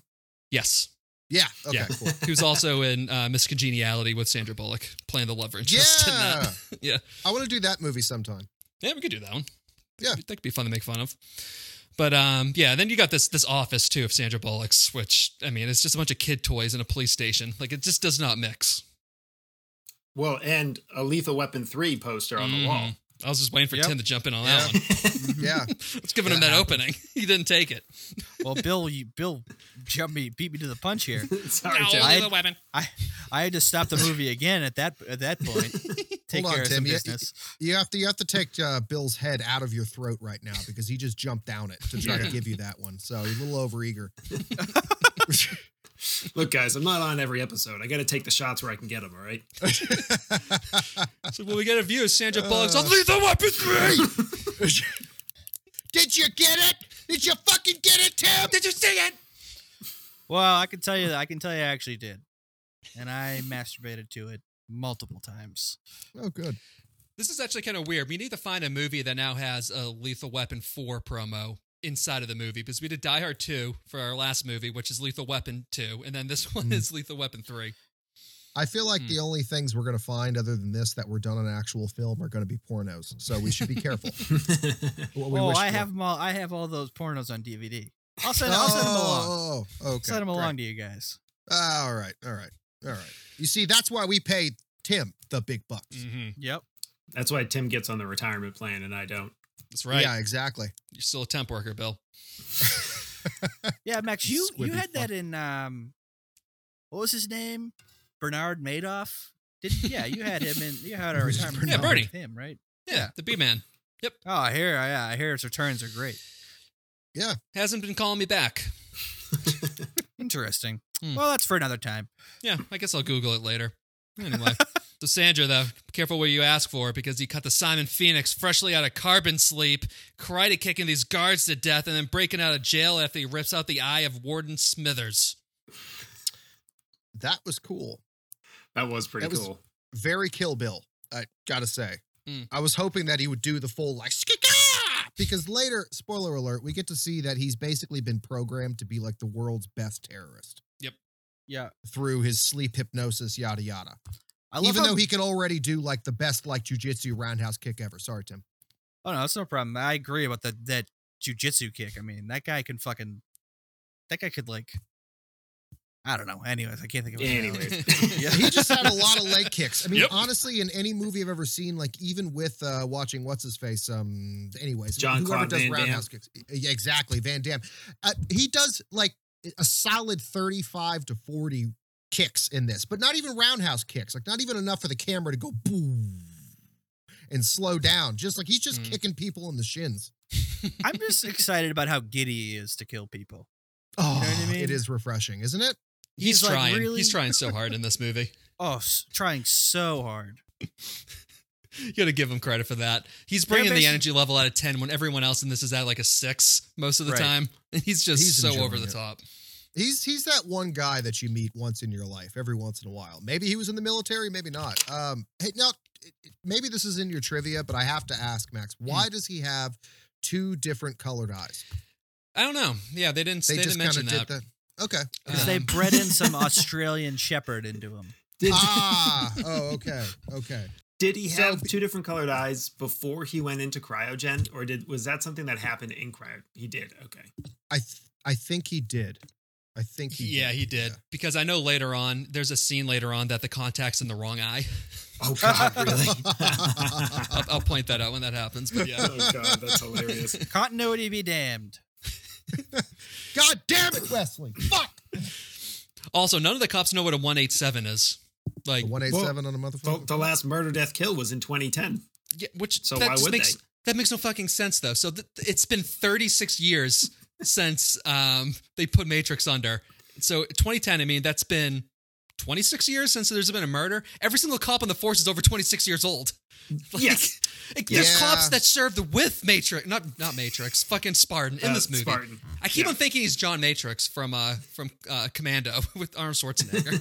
yes. Yeah. Okay. Yeah. Cool. Who's also in uh, Miss Congeniality with Sandra Bullock playing the love interest in that. Yeah. Yeah. I want to do that movie sometime. Yeah, we could do that one. That Yeah. could be, that could be fun to make fun of. But um, yeah, then you got this this office too of Sandra Bullock's, which I mean, it's just a bunch of kid toys in a police station. Like it just does not mix. Well, and a Lethal Weapon three poster on the wall. Mhm. I was just waiting for Yep. Tim to jump in on Yeah. that one. Yeah. I was giving him that opening. He didn't take it. Well, Bill, you, Bill, jumped me, beat me to the punch here. Sorry, No, Tim. I- the weapon. I I had to stop the movie again at that at that point. Take Hold on, care of some Tim. You- business. You have to you have to take uh, Bill's head out of your throat right now because he just jumped down it to try to give you that one. So you're a little overeager. Look, guys, I'm not on every episode. I got to take the shots where I can get them. All right. So when we get a view of Sandra Bullock's Uh. on Lethal Weapon 3! Did you get it? Did you fucking get it, Tim? Did you see it? Well, I can tell you that I can tell you I actually did, and I masturbated to it multiple times. Oh, good. This is actually kind of weird. We need to find a movie that now has a Lethal Weapon 4 promo inside of the movie because we did Die Hard 2 for our last movie, which is Lethal Weapon 2, and then this Hmm. one is Lethal Weapon 3. I feel like the only things we're gonna find other than this that were done on actual film are gonna be pornos. So we should be careful. what we oh, wish I for. have 'em all. I have all those pornos on DVD. I'll send. I'll send them along. Oh, okay. I'll send them great. along to you guys. All right, all right, all right. You see, that's why we paid Tim the big bucks. Mm-hmm. Yep. That's why Tim gets on the retirement plan and I don't. That's right. Yeah, exactly. You're still a temp worker, Bill. Yeah, Max, you you Squibbly had that in um, what was his name? Bernard Madoff. Did yeah, you had him in. You had a retirement. Yeah, plan Bernie. with Him right. Yeah, the B man Oh, I hear. Yeah, I hear his returns are great. hasn't been calling me back. Interesting. Hmm. Hmm. Well, that's for another time. Yeah, I guess I'll Google it later. Anyway, So Sandra, though, careful what you ask for because he cut the Simon Phoenix freshly out of carbon sleep, karate kicking these guards to death, and then breaking out of jail after he rips out the eye of Warden Smithers. That was cool. That was pretty That was- cool. Very Kill Bill. I gotta say, Mm. I was hoping that he would do the full like skika because later, spoiler alert, we get to see that he's basically been programmed to be like the world's best terrorist Yeah, through his sleep hypnosis, yada yada. I love Even how- though he could already do like the best like jujitsu roundhouse kick ever. Sorry, Tim. Oh no, that's no problem. I agree about that that jujitsu kick. I mean, that guy can fucking. That guy could like. I don't know. Anyways, I can't think of. it now. Anyways, Yeah. He just had a lot of leg kicks. I mean, Yep. honestly, in any movie I've ever seen, like even with uh watching what's his face, um, anyways, John whoever Claude does Van Damme. roundhouse kicks, yeah, exactly, Van Damme. Uh, he does like a solid thirty-five to forty kicks in this, but not even roundhouse kicks. Like not even enough for the camera to go boom and slow down. Just like he's just Mm. kicking people in the shins. I'm just excited about how giddy he is to kill people. Oh, what I mean? it is refreshing, isn't it? He's, He's like, trying. really? He's trying so hard in this movie. Oh, s- trying so hard. You got to give him credit for that. He's They're bringing the basi- energy level out of ten when everyone else in this is at like a six most of the Right. time. He's just He's so enjoying over the it. top. He's he's that one guy that you meet once in your life, every once in a while. Maybe he was in the military, maybe not. Um, hey, now maybe this is in your trivia, but I have to ask Max, why Hmm. does he have two different colored eyes? I don't know. Yeah, they didn't. They, didn't kinda mention that. that. Okay. 'Cause they Um, bred in some Australian shepherd into him. did, ah. Oh. Okay. Okay. did he So- have two different colored eyes before he went into cryogen, or did was that something that happened in cryo? He did. Okay. I th- I think he did. I think he. yeah, he did. Because I know later on, there's a scene later on that the contact's in the wrong eye. Oh God, really? I'll, I'll point that out when that happens. But yeah. oh God, that's hilarious. Continuity be damned. God damn it, Wesley! Fuck. Also, none of the cops know what a 187 is. Like, One eight seven on a The, motherfucker. the last murder, death, kill was in 2010. yeah, which So that why just would makes they? that makes no fucking sense though. So th- it's been 36 years since um, they put Matrix under. So 2010, I mean, that's been 26 years since there's been a murder. Every single cop on the force is over 26 years old. Like, Yes. like, there's Yeah. cops that served with Matrix, not not Matrix, fucking Spartan in Uh, this movie. Spartan. I keep Yeah. on thinking he's John Matrix from uh from uh Commando with Arnold Schwarzenegger.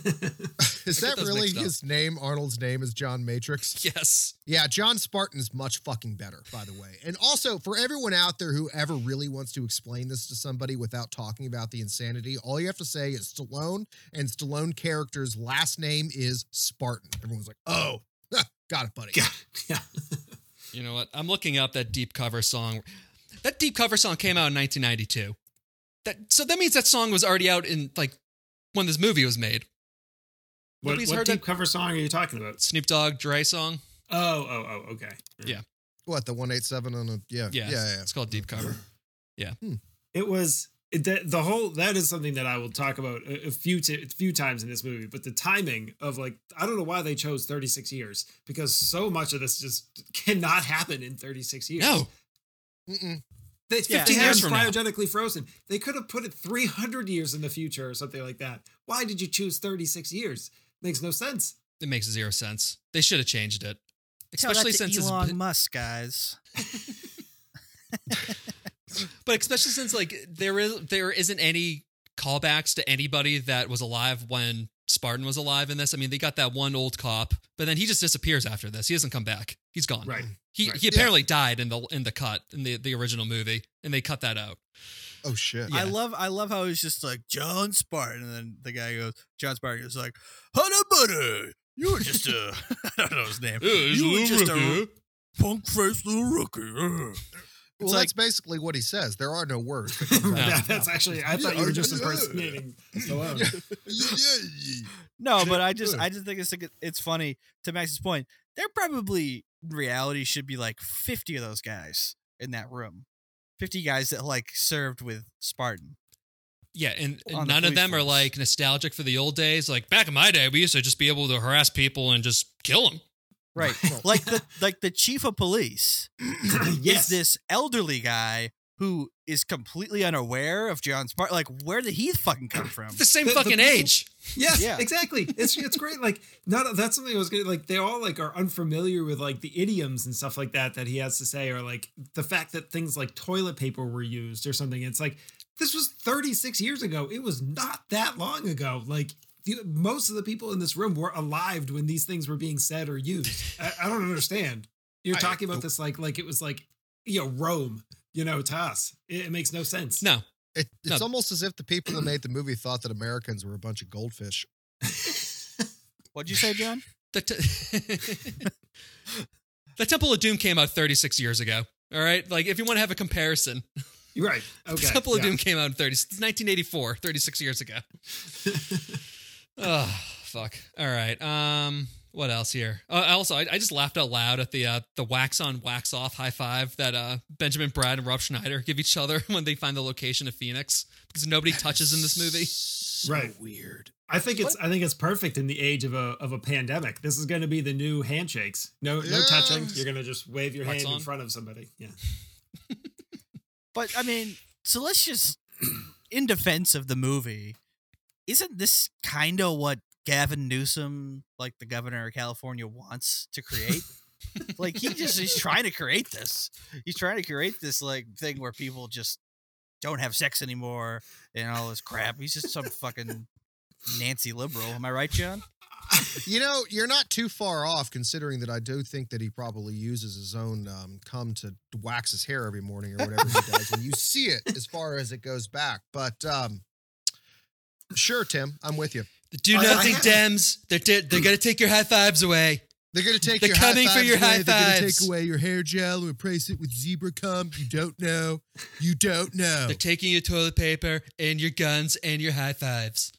Is I get that those really mixed up. his name? Arnold's name is John Matrix. yes. Yeah, John Spartan is much fucking better, by the way. And also, for everyone out there who ever really wants to explain this to somebody without talking about the insanity, all you have to say is Stallone, and Stallone character's last name is Spartan. Everyone's like, oh, got it, buddy. God, yeah. You know what? I'm looking up that deep cover song. That deep cover song came out in 1992. That so that means that song was already out in like when this movie was made. What, Nobody's what heard deep that- cover song are you talking about? Snoop Dogg Dre song. Oh, oh, oh, okay. Yeah. What, the 187 on a, yeah, Yeah, yeah, Uh, yeah. yeah. It's called deep cover. It was it- the, the whole that is something that I will talk about a, a few t- a few times in this movie, but the timing of like I don't know why they chose 36 years because so much of this just cannot happen in 36 years. No, Mm-mm. They, Yeah. 15 years years from now. cryogenically frozen. They could have put it 300 years in the future or something like that. Why did you choose 36 years? Makes no sense. it makes zero sense. They should have changed it, Tell especially that to since it's Elon Musk, guys. But especially since like there is there isn't any callbacks to anybody that was alive when Spartan was alive in this. I mean, they got that one old cop, but then he just disappears after this. He doesn't come back. He's gone. Right. He right. he apparently died in the in the cut in the the original movie, and they cut that out. Oh, shit. Yeah. I love I love how he's just like John Spartan, and then the guy goes John Spartan is like Hana Butter. You were just a I don't know his name. you were just a punk faced little rookie. Ugh." Well, It's like- that's basically what he says. There are no words. that Yeah, comes out of his that's mouth. actually I thought you were just impersonating Stallone. Yeah. No, but I Shit. just I just think it's like it's funny to Max's point. There probably in reality should be like fifty of those guys in that room. Fifty guys that like served with Spartan. Yeah, and, and On the none of police them are force. like nostalgic for the old days. Like back in my day, we used to just be able to harass people and just kill them. Right. like the like the chief of police yes. is this elderly guy who is completely unaware of John's part. Like, where did he fucking come from? the same The- the fucking people- age. Yes, Yeah. exactly. It's it's great. Like not that's something I was gonna like. They all like are unfamiliar with like the idioms and stuff like that that he has to say, or like the fact that things like toilet paper were used or something. It's like this was 36 years ago. It was not that long ago. Like the, most of the people in this room were alive when these things were being said or used. I, I don't understand. You're I- talking about this like like it was like you know Rome. You know to us, it, it makes no sense. No, It, it's No. almost as if the people who made the movie thought that Americans were a bunch of goldfish. What'd you say, John? the t- the Temple of Doom came out 36 years ago. All right, like if you want to have a comparison, You're right. Okay. the Temple of yeah. Doom came out in 30, 1984, 36 years ago. oh, fuck. All right. Um, what else here? Uh, also, I, I just laughed out loud at the uh, the wax on, wax off high five that uh, Benjamin Brad and Rob Schneider give each other when they find the location of Phoenix because nobody touches in this movie. So Right. Weird. I think it's I think it's perfect in the age of a of a pandemic. This is going to be the new handshakes. No no Yeah. touching. You're going to just wave your Wax hand on. in front of somebody. Yeah. But I mean, so let's just, in defense of the movie, isn't this kind of what Gavin Newsom, like the governor of California, wants to create? like he just is trying to create this. He's trying to create this like thing where people just don't have sex anymore and all this crap. He's just some fucking Nancy liberal. Am I right, John? You know, you're not too far off considering that I do think that he probably uses his own um, cum to wax his hair every morning or whatever he does. And you see it as far as it goes back. But um, sure, Tim, I'm with you. Do I- I nothing, have- Dems. They're di- they're gonna take your high fives away. They're going to take They're your coming high for fives your away. high They're going to fives. take away your hair gel and replace it with zebra cum. You don't know. You don't know. They're taking your toilet paper and your guns and your high fives.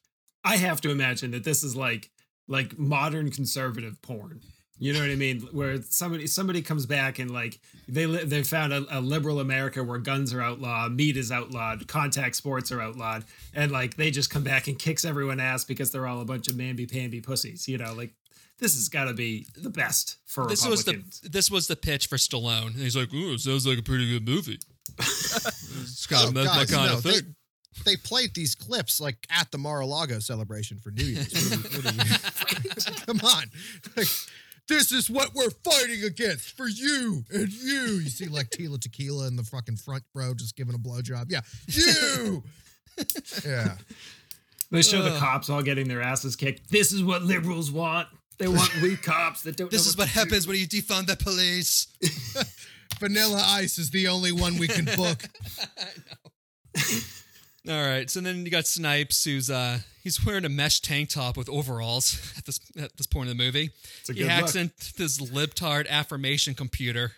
I have to imagine that this is like like modern conservative porn. You know what I mean? Where somebody somebody comes back and like they li- they found a, a liberal America where guns are outlawed, meat is outlawed, contact sports are outlawed, and like they just come back and kicks everyone ass because they're all a bunch of mamby pamby pussies. You know, like this has got to be the best for This was the Republicans. this was the pitch for Stallone, and he's like, "Ooh, sounds like a pretty good movie." Scott, Oh, that's my guys, kind no, of they- thing. They played these clips like at the Mar-a-Lago celebration for New Year's. What are we- what are we- Come on. Like, this is what we're fighting against for you and you. You see like Tila Tequila in the fucking front row just giving a blowjob. Yeah. You. Yeah. They show the Ugh. cops all getting their asses kicked. This is what liberals want. They want weak cops that don't. This know is what to do. happens when you defund the police. Vanilla Ice is the only one we can book. All right, so then you got Snipes, who's uh he's wearing a mesh tank top with overalls at this at this point in the movie. It's a He good hacks look. into this libtard affirmation computer,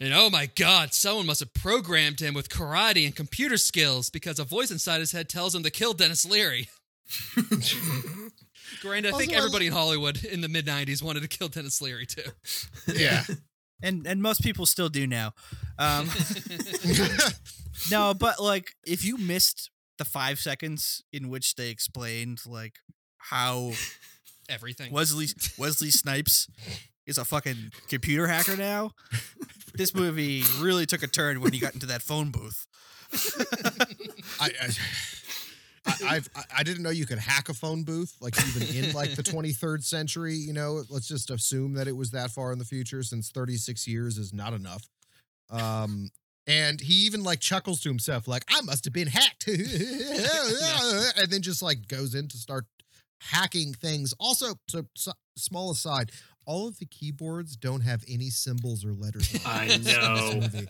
and oh my god, someone must have programmed him with karate and computer skills because a voice inside his head tells him to kill Dennis Leary. Granted, I think Also, I- everybody in Hollywood in the mid '90s wanted to kill Dennis Leary too. Yeah. And and most people still do now. Um, no, but like if you missed the five seconds in which they explained like how Everything. Wesley Wesley Snipes is a fucking computer hacker now, this movie really took a turn when he got into that phone booth. I, I, I, I've, I- I didn't know you could hack a phone booth, like even in like the 23rd century. You know, let's just assume that it was that far in the future, since 36 years is not enough. Um, and he even like chuckles to himself, like I must have been hacked, and then just like goes in to start hacking things. Also, so, so small aside, all of the keyboards don't have any symbols or letters. on I this know movie,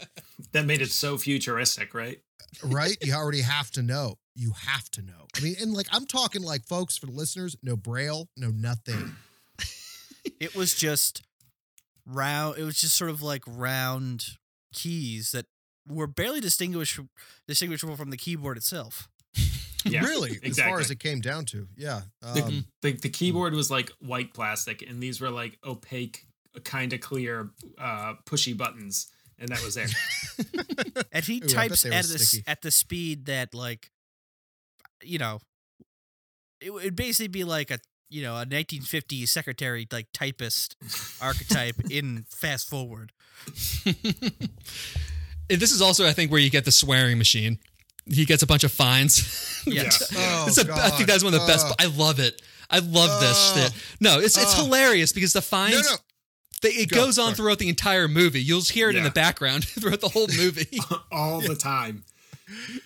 that made it so futuristic, right? right? You already have to know. You have to know. I mean, and like I'm talking like folks for the listeners, no braille, no nothing. It was just round. It was just sort of like round keys that were barely distinguish distinguishable from the keyboard itself. Yeah, really, as far exactly. as it came down to, yeah. The, Um, the, the keyboard was like white plastic, and these were like opaque, kind of clear, uh, pushy buttons, and that was there. And he Ooh, I bet types they at were the, sticky. at the speed that like you know it would basically be like a you know a 1950s secretary like typist archetype in fast forward. And this is also, I think, where you get the swearing machine. He gets a bunch of fines. Yes. Oh, It's a- I think that's one of the best. God. I love it. I love this Oh. shit. No, it's it's Oh. hilarious because the fines no, no. they, it Go, goes on sorry. throughout the entire movie. You'll hear it in Yeah. the background throughout the whole movie. Oh. all the time.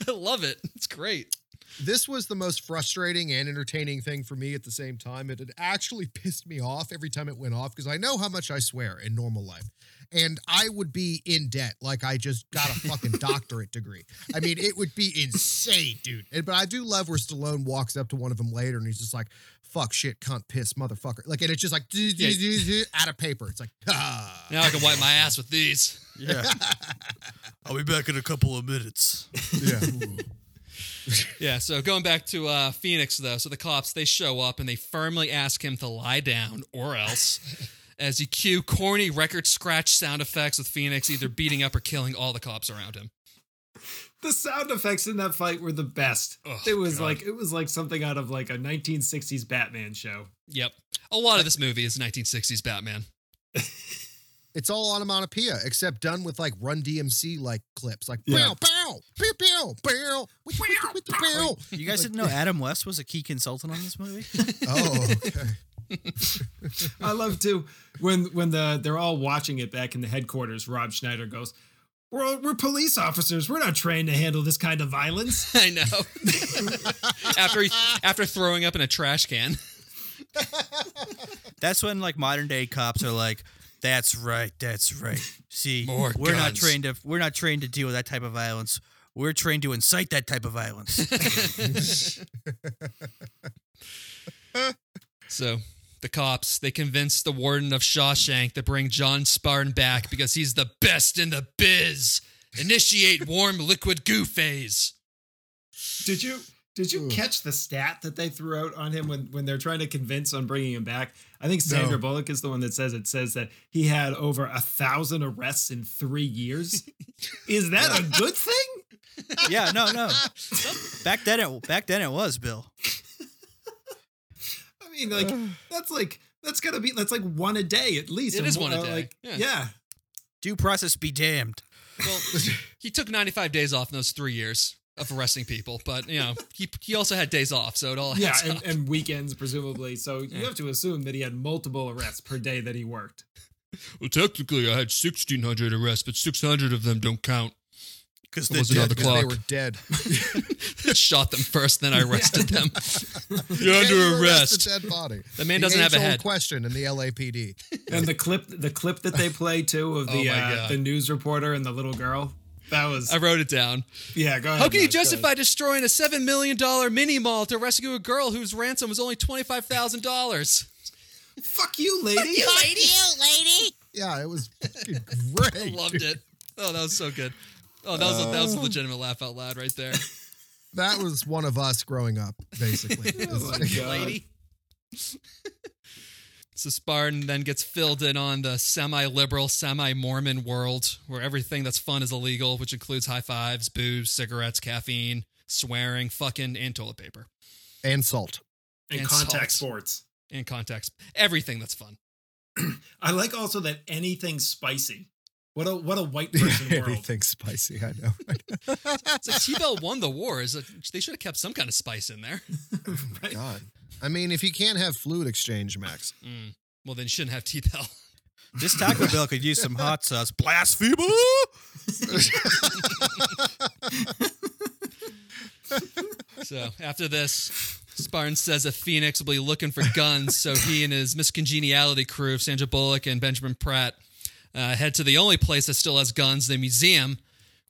I love it. It's great. This was the most frustrating and entertaining thing for me at the same time. It had actually pissed me off every time it went off because I know how much I swear in normal life. And I would be in debt, like I just got a fucking doctorate degree. I mean, it would be insane, dude. And, but I do love where Stallone walks up to one of them later and he's just like, fuck, shit, cunt, piss, motherfucker. Like, and it's just like, out of paper. It's like, ah. Now I can wipe my ass with these. Yeah. I'll be back in a couple of minutes. Yeah. Yeah, so going back to uh, Phoenix, though, so the cops, they show up and they firmly ask him to lie down or else as you cue corny record scratch sound effects with Phoenix either beating up or killing all the cops around him. The sound effects in that fight were the best. Oh, it was God. like it was like something out of like a 1960s Batman show. Yep. A lot of this movie is 1960s Batman. It's all onomatopoeia, except done with like Run DMC like clips, like Yeah. bow, bow, pew, pew, bow, with the- with the bow. You guys didn't know Adam West was a key consultant on this movie? Oh, okay. I love to when when the they're all watching it back in the headquarters. Rob Schneider goes, "We're we're police officers. We're not trained to handle this kind of violence." I know. after he, after throwing up in a trash can. That's when like modern day cops are like, "That's right, that's right." See, More we're not guns. trained to we're not trained to deal with that type of violence. We're trained to incite that type of violence. So the cops, they convince the warden of Shawshank to bring John Spartan back because he's the best in the biz. Initiate warm liquid goo phase. Did you did you catch the stat that they threw out on him when when they're trying to convince on bringing him back? I think Sandra No. Bullock is the one that says it says that he had over a thousand arrests in three years. is that a good thing? yeah, no, no. Back then it back then it was Bill. I mean, like Uh. that's like that's gotta be that's like one a day at least. It And is mo- one a uh, day, Like, yeah. yeah. Due process be damned. Well, he took 95 days off in those three years of arresting people, but you know, he he also had days off, so it all yeah, adds and, up. and weekends presumably. So you Yeah. have to assume that he had multiple arrests per day that he worked. Well, technically, I had 1,600 arrests, but 600 of them don't count. Because It wasn't on the Because clock. they were dead. Shot them first, then I arrested them. You're Yeah, you under arrested arrest. Dead body. The man doesn't have a age-old head. Question in the LAPD. And the clip, the clip that they play too of the Oh my uh, God. the news reporter and the little girl. That was I wrote it down. yeah. Go ahead. How can you Matt, go ahead. justify destroying a $7 million mini mall to rescue a girl whose ransom was only $25,000? Fuck you, lady. Yeah, it was fucking I great. loved it. Oh, that was so good. Oh, that was, a, that was a legitimate laugh out loud right there. That was one of us growing up, basically. Oh my God. So Spartan then gets filled in on the semi-liberal, semi-Mormon world where everything that's fun is illegal, which includes high fives, booze, cigarettes, caffeine, swearing, fucking, and toilet paper and salt. And And salt. contact sports. and contacts. Everything that's fun. I like also that anything spicy. What a what a white person world. Anything spicy, I know. It's like T-Bell won the war. Is like, they should have kept some kind of spice in there. right? God. I mean, if you can't have fluid exchange, Max. Mm. Well, then you shouldn't have T-Bell. This Taco Bell could use some hot sauce. Blasphemer! So after this, Spartan says that Phoenix will be looking for guns, so he and his miscongeniality crew of Sandra Bullock and Benjamin Pratt uh, head to the only place that still has guns, the museum,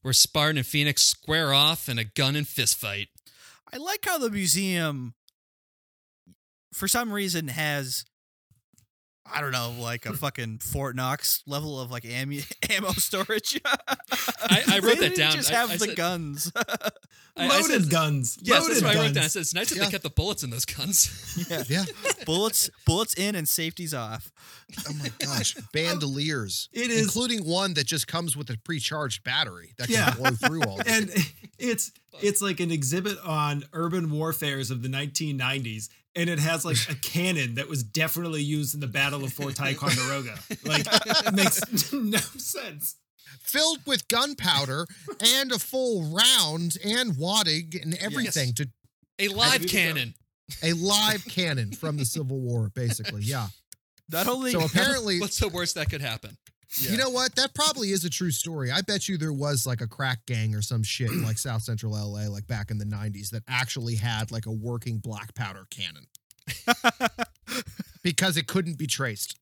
where Spartan and Phoenix square off in a gun and fist fight. I like how the museum, for some reason, has I don't know, like a fucking Fort Knox level of like ammo, ammo storage. I, I wrote They that down. Just I- have I the said- guns. I- I Loaded said- guns. Yes, Loaded that's what I wrote guns. down. I said it's nice that Yeah. they kept the bullets in those guns. Yeah. bullets, bullets in, and safeties off. Oh my gosh. Bandoliers. It is- Including one that just comes with a precharged battery that can Yeah. blow through all this. and it's it's like an exhibit on urban warfares of the 1990s and it has like a cannon that was definitely used in the battle of fort ticonderoga like makes no sense filled with gunpowder and a full round and wadding and everything to A do live the cannon. a live cannon from the Civil War, basically. Yeah. Not only So apparently, What's the worst that could happen? you know what? That probably is a true story. I bet you there was like a crack gang or some shit in like South Central LA, like back in the 90s, that actually had like a working black powder cannon because it couldn't be traced.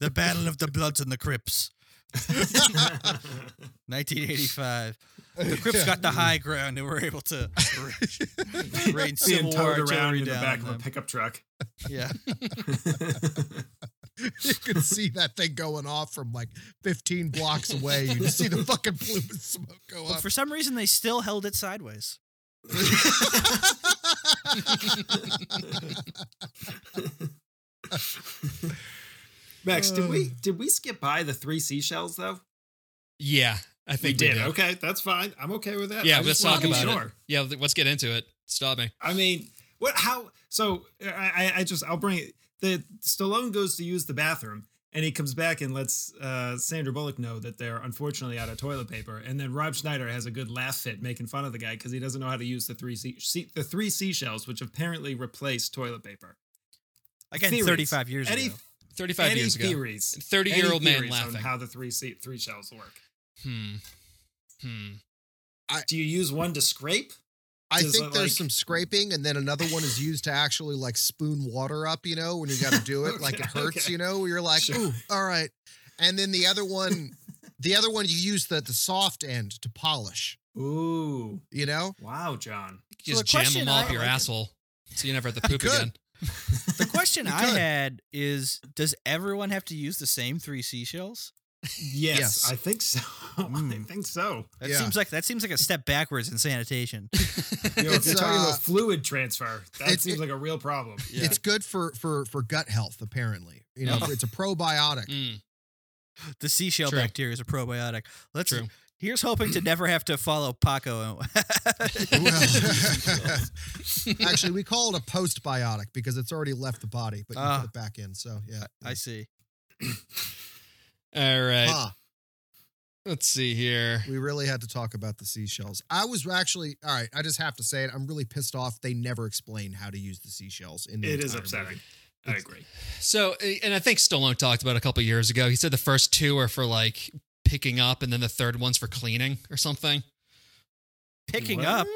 The battle of the Bloods and the Crips. 1985. The Crips got the high ground and were able to ra- rain Being civil war towed around artillery in the down back on of a them. pickup truck. Yeah, you could see that thing going off from like 15 blocks away. You just see the fucking plume of smoke go but up. for some reason they still held it sideways. Max, did we did we skip by the three seashells though? Yeah, I think we did. Okay, that's fine. I'm okay with that. Yeah, I let's just wanna talk be about it. sure. Yeah, th- let's get into it. Stop me. I mean, what? How? So I, I, I just I'll bring it. The Stallone goes to use the bathroom, and he comes back and lets uh, Sandra Bullock know that they're unfortunately out of toilet paper. And then Rob Schneider has a good laugh fit making fun of the guy because he doesn't know how to use the three sea, sea, the three seashells, which apparently replace toilet paper. Again, Theories. 35 years Any ago. 35 any years ago. theories? 30 Any year old man theories on laughing. how the three sea, three shells work. hmm. Hmm. Do you use one to scrape? I Does think it, there's uh, like- some scraping, and then another one is used to actually like spoon water up, you know, when you got to do it, like it Okay, hurts, okay. you know, where you're like, Sure. ooh, all right. And then the other one, the other one, you use the, the soft end to polish, Ooh, you know? wow, John. You So just the jam question them all up I- your like- asshole so you never have to poop Good. again. The question I could. had is Does everyone have to use the same three seashells? Yes, Yes. I think so. I Hmm. Mm. think so. That Yeah. seems like that seems like a step backwards in sanitation. You know, if It's, you're talking uh, about fluid transfer, that it's- seems it- like a real problem. Yeah. It's good for for for gut health, apparently. You know, Oh. it's a probiotic. Mm, The seashell True. bacteria is a probiotic. Let's true. Here's hoping to never have to follow Paco. Well, actually, we call it a postbiotic because it's already left the body, but you Ah. put it back in. So yeah, I see. All right. Huh. Let's see here. We really had to talk about the seashells. I was actually all right. I just have to say it. I'm really pissed off. They never explain how to use the seashells. In the It is entire upsetting. movie. I agree. So, eh, and I think Stallone talked about it a couple years ago. He said the first two are for like picking up, and then the third one's for cleaning or something. Picking What? up.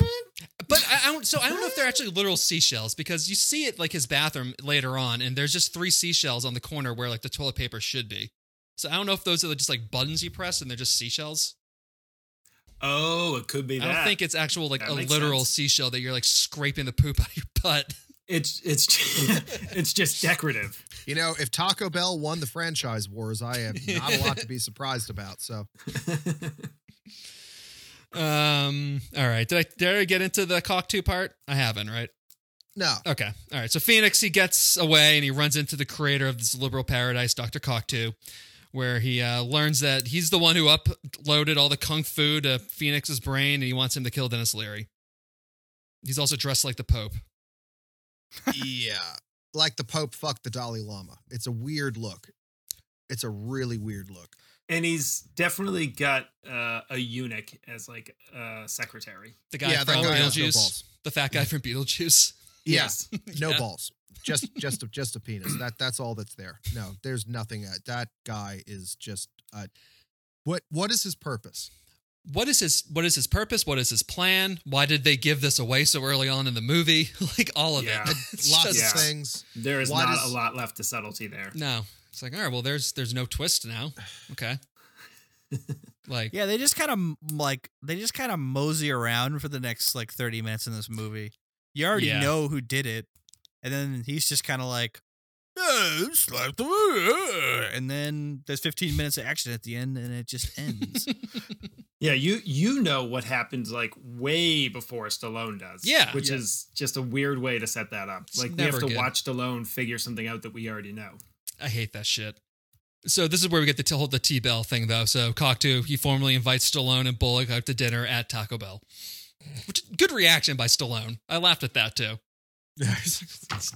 But I, I don't. So I don't know if they're actually literal seashells because you see it like his bathroom later on, and there's just three seashells on the corner where like the toilet paper should be. So I don't know if those are just like buttons you press and they're just seashells. Oh, it could be I that. don't think it's actual like That a makes literal sense. seashell that you're like scraping the poop out of your butt. it's it's ju- it's just decorative. You know, if Taco Bell won the franchise wars, I have not a lot to be surprised about. So Um. All right. Did I did I get into the cock two part? I haven't. Right. no, Okay. All right. So Phoenix, he gets away and he runs into the creator of this liberal paradise, Dr. Cocktoo, where he uh, learns that he's the one who uploaded all the kung fu to Phoenix's brain and he wants him to kill Dennis Leary. He's also dressed like the Pope. yeah, like the Pope fucked the Dalai Lama. It's a weird look. It's a really weird look. And he's definitely got uh, a eunuch as like uh, secretary. The guy Yeah, that from guy has no Beetlejuice. balls. the fat guy from Beetlejuice. Yes. No Yeah. balls. Just just a, just a penis. That that's all that's there. No, there's nothing. uh, That guy is just. Uh, what what is his purpose? What is his what is his purpose? What is his plan? Why did they give this away so early on in the movie? like all of Yeah. it. It's Lots just- Yeah. of things. There is Why not does- a lot left to subtlety there. No. It's like, all right, well there's there's no twist now. Okay. Like Yeah, they just kind of like they just kind of mosey around for the next like 30 minutes in this movie. You already Yeah. know who did it, and then he's just kind of like, Yeah, it's like the- and then there's 15 minutes of action at the end, and it just ends. Yeah, you you know what happens like way before Stallone does. Yeah. which Yeah. is just a weird way to set that up. It's like we have never to good. watch Stallone figure something out that we already know. I hate that shit. So this is where we get the t- the T Bell thing though. So Cocktoo he formally invites Stallone and Bullock out to dinner at Taco Bell. Which good reaction by Stallone. I laughed at that too.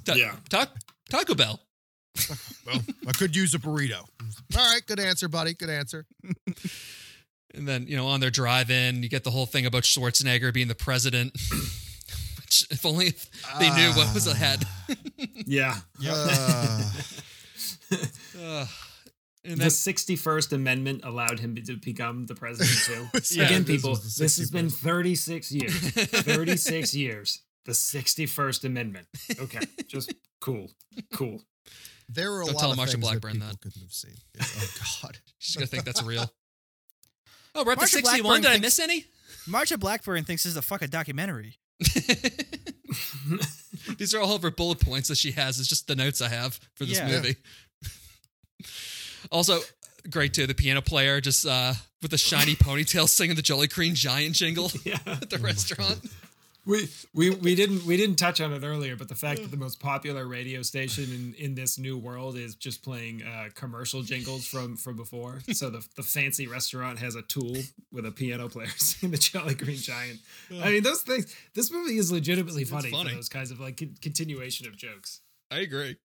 Ta- Yeah. Ta- Taco Bell. well, I could use a burrito. All right, good answer, buddy. Good answer. And then, you know, on their drive in, you get the whole thing about Schwarzenegger being the president. Which, if only if they knew what was Ah. ahead. Yeah. Uh, Ugh. and The then, 61st Amendment allowed him to become the president, too. Yeah, Again, this people, was the this, has been 36 years. 36 years. The 61st Amendment. Okay. Just cool. Cool. there were a Don't lot tell of Marsha things Blackburn that people that. couldn't have seen. Yeah, Oh God. she's going to think that's real. Oh, we're up to Marsha 61. Blackburn Did I thinks- miss any? Marsha Blackburn thinks this is a fucking documentary. These are all of her bullet points that she has. It's just the notes I have for this Yeah. movie. also, great too. The piano player just uh, with a shiny ponytail singing the Jolly Green Giant jingle Yeah. Oh at the restaurant. We, we we didn't we didn't touch on it earlier, but the fact that the most popular radio station in, in this new world is just playing uh, commercial jingles from from before. So the the fancy restaurant has a tool with a piano player singing the Jolly Green Giant. I mean, those things. This movie is legitimately funny, funny. for those kinds of like con- continuation of jokes. I agree.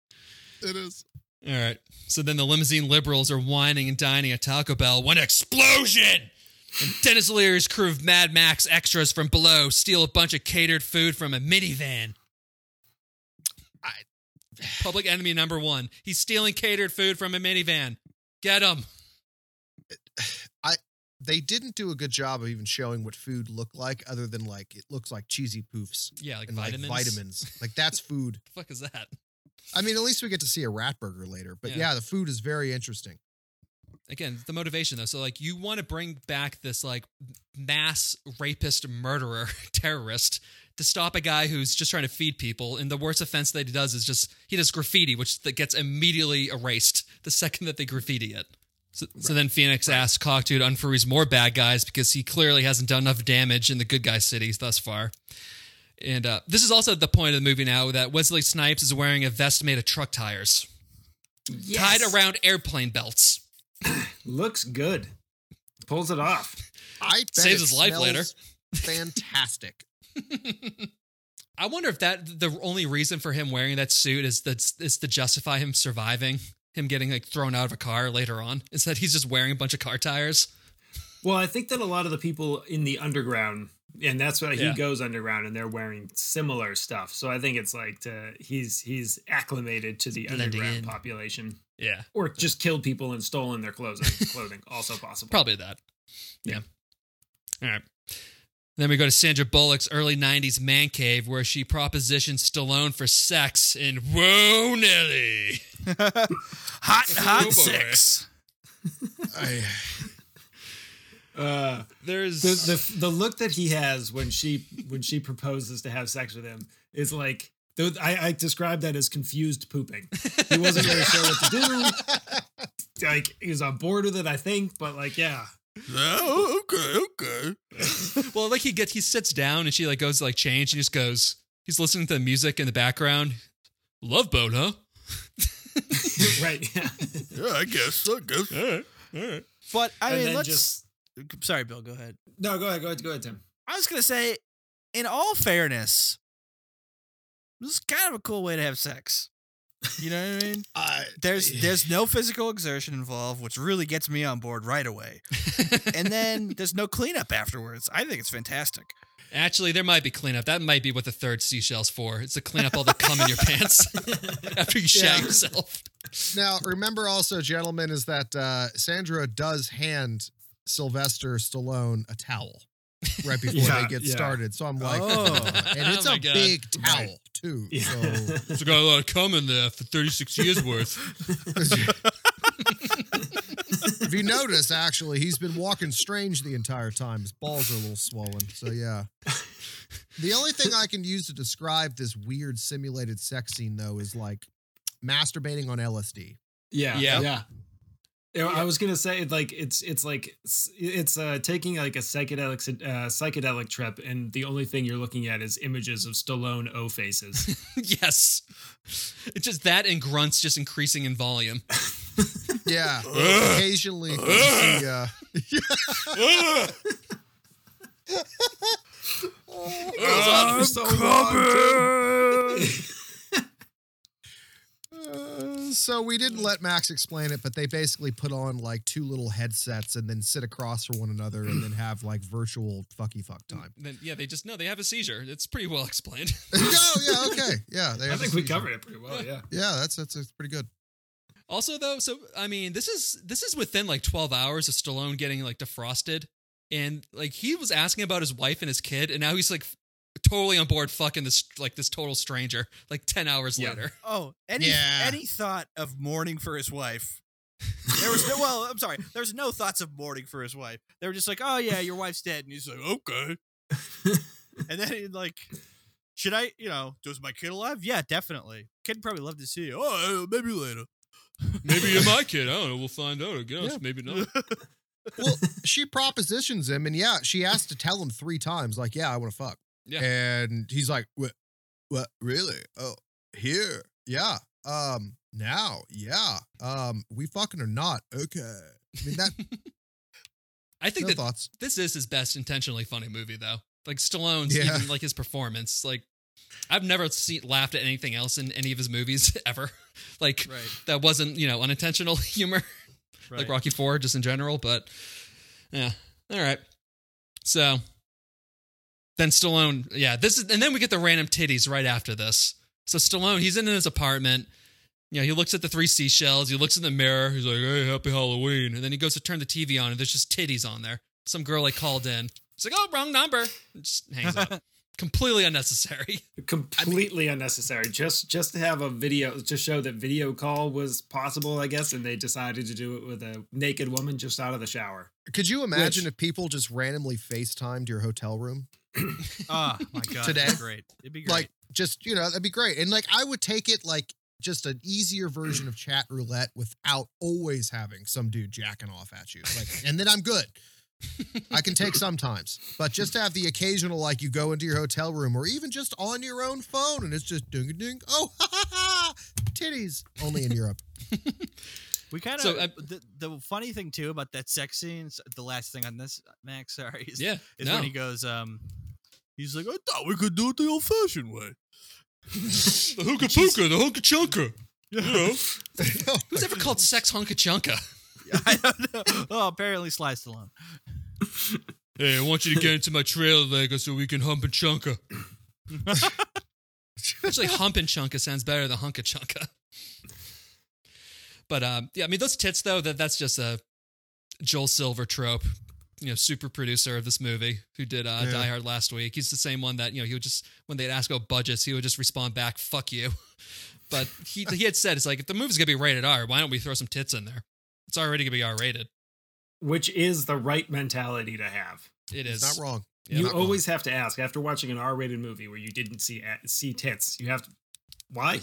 It is. All right. So then the limousine liberals are whining and dining at Taco Bell when explosion! And Dennis Leary's crew of Mad Max extras from below steal a bunch of catered food from a minivan. I- Public enemy number one. He's stealing catered food from a minivan. Get him. They didn't do a good job of even showing what food looked like, other than like it looks like cheesy poofs Yeah, like and vitamins. like vitamins. Like that's food. The fuck is that? I mean, at least we get to see a rat burger later. But Yeah. yeah, the food is very interesting. Again, the motivation though. So like you want to bring back this like mass rapist murderer terrorist to stop a guy who's just trying to feed people and the worst offense that he does is just he does graffiti which that gets immediately erased the second that they graffiti it. So, so then Phoenix asks Cocktail to unfreeze more bad guys because he clearly hasn't done enough damage in the good guy cities thus far. And uh, this is also the point of the movie now that Wesley Snipes is wearing a vest made of truck tires tied around airplane belts. looks good. Pulls it off. I bet Saves it his life later. smells Fantastic. I wonder if that the only reason for him wearing that suit is that is to justify him surviving, him getting like thrown out of a car later on. Is that he's just wearing a bunch of car tires? Well, I think that a lot of the people in the underground, and that's why Yeah. he goes underground, and they're wearing similar stuff. So I think it's like to, he's he's acclimated to the Blending underground in. population, Yeah, or just killed people and stolen their clothes. uh, clothing also possible. probably that. Yeah. All right. Then we go to Sandra Bullock's early '90s man cave, where she propositions Stallone for sex in "Whoa, Nelly." Hot, Oh, boy. hot sex. I, Uh, There's the, the the look that he has when she when she proposes to have sex with him is like. though I, I describe that as confused pooping. He wasn't really sure what to do. Like he was on board with it, I think, but like, yeah, Oh, okay, okay. Well, like he gets, he sits down and she like goes to like change and just goes. He's listening to the music in the background. Love boat, huh? right? Yeah. Yeah, I guess. I guess. But I And mean, then let's. just- Sorry, Bill. Go ahead. No, go ahead, go ahead, go ahead, Tim. I was gonna say, in all fairness, this is kind of a cool way to have sex. You know what I mean? I, There's there's no physical exertion involved, which really gets me on board right away. And then there's no cleanup afterwards. I think it's fantastic. Actually, there might be cleanup. That might be what the third seashell's for. It's to clean up all the cum in your pants after you shag Yeah. yourself. Now, remember also, gentlemen, is that uh, Sandra does hand Sylvester Stallone a towel right before Yeah, they get yeah. started. So I'm like, Oh. and it's Oh my a God. big towel too. Yeah. So It's got a lot of cum in there for 36 years worth. if you notice, actually, he's been walking strange the entire time. His balls are a little swollen. So yeah. The only thing I can use to describe this weird simulated sex scene though is like masturbating on LSD. Yeah. yeah, yeah, yeah. You know, I was gonna say it like it's it's like s- it's uh taking like a psychedelic uh, psychedelic trip, and the only thing you're looking at is images of Stallone O faces. yes. It's just that and grunts just increasing in volume. Yeah. Occasionally you can see, uh, Ugh. on Oh, I'm for so long, Uh, covered. so So we didn't let Max explain it, but they basically put on like two little headsets and then sit across from one another and then have like virtual fucky fuck time. Then yeah, they just no, they have a seizure. It's pretty well explained. oh yeah, okay, yeah. They I have a think we seizure. covered it pretty well. Yeah. Yeah, that's that's, that's pretty good. also though, so I mean, this is this is within like 12 hours of Stallone getting like defrosted and like he was asking about his wife and his kid and now he's like totally on board fucking this like this total stranger like 10 hours Yeah. later. Oh, any Yeah. any thought of mourning for his wife? There was no. Well, I'm sorry. There was no thoughts of mourning for his wife. They were just like, "Oh yeah, your wife's dead," and he's like, "Okay." and then he like, should I? You know, was my kid alive? Yeah, definitely. Kid probably love to see you. Oh, uh, maybe later. Maybe you're my kid. I don't know. We'll find out. I guess Yeah. maybe not. Well, she propositions him, and yeah, she has to tell him three times, like, "Yeah, I want to fuck." Yeah. and he's like, "What? What? Really? Oh, here? Yeah. Um, now? Yeah. Um, we fucking or not? Okay. I mean that. I think no that thoughts. this is his best intentionally funny movie though. Like Stallone's Yeah. even like his performance. Like I've never seen laughed at anything else in any of his movies ever. like Right. that wasn't you know unintentional humor Right. like Rocky Four just in general. But yeah, all right. So then Stallone, yeah, this is, and then we get the random titties right after this. So Stallone, he's in his apartment. You know, he looks at the three seashells. He looks in the mirror. He's like, "Hey, happy Halloween!" And then he goes to turn the TV on, and there's just titties on there. Some girl like called in. It's like, "Oh, wrong number." And just hangs up. Completely unnecessary. Completely unnecessary. Just just to have a video to show that video call was possible, I guess, and they decided to do it with a naked woman just out of the shower. Could you imagine Which- if people just randomly FaceTimed your hotel room? Oh my god. Today? that'd be great. It'd be great. like just you know that'd be great and like i would take it like just an easier version of chat roulette without always having some dude jacking off at you like and then i'm good i can take sometimes but just to have the occasional like you go into your hotel room or even just on your own phone and it's just ding ding oh ha, ha, ha, titties only in europe We kind of So, uh, the, the funny thing too about that sex scene. s- The last thing on this, Max. Sorry, is, Yeah, is no. when he goes. Um, he's like, I thought we could do it the old-fashioned way. the hookah pooka, the hookah chunka. You know, Oh, who's ever called sex hunka chunka? I don't know. Oh, apparently Sly Stallone. Hey, I want you to get into my trailer, Lego, so we can hump and chunka. Actually, hump and chunka sounds better than hunka chunka. But um, yeah, I mean those tits though. That that's just a Joel Silver trope. You know, super producer of this movie who did uh, Yeah. Die Hard last week. He's the same one that you know he would just when they'd ask about budgets, he would just respond back, "Fuck you." But he he had said it's like if the movie's gonna be rated R, why don't we throw some tits in there? It's already gonna be R rated. Which is the right mentality to have. It it's is not wrong Yeah, you not wrong. always have to ask after watching an R-rated movie where you didn't see see tits. You have to why?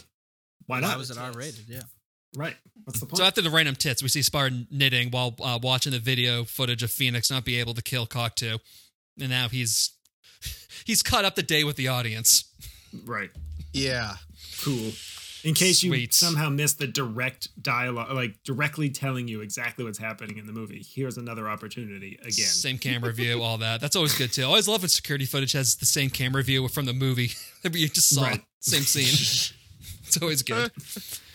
Why Why not? was it R-rated? Yeah. Right. What's the point? So after the random tits, we see Spartan knitting while uh, watching the video footage of Phoenix not be able to kill Cocktoo, and now he's he's caught up to date with the audience. right. yeah Cool. In case you Sweet. somehow missed the direct dialogue, like directly telling you exactly what's happening in the movie, here's another opportunity again. Same camera view, all that. That's always good too. I always love when security footage has the same camera view from the movie that we just saw. Right. Same scene. It's always good.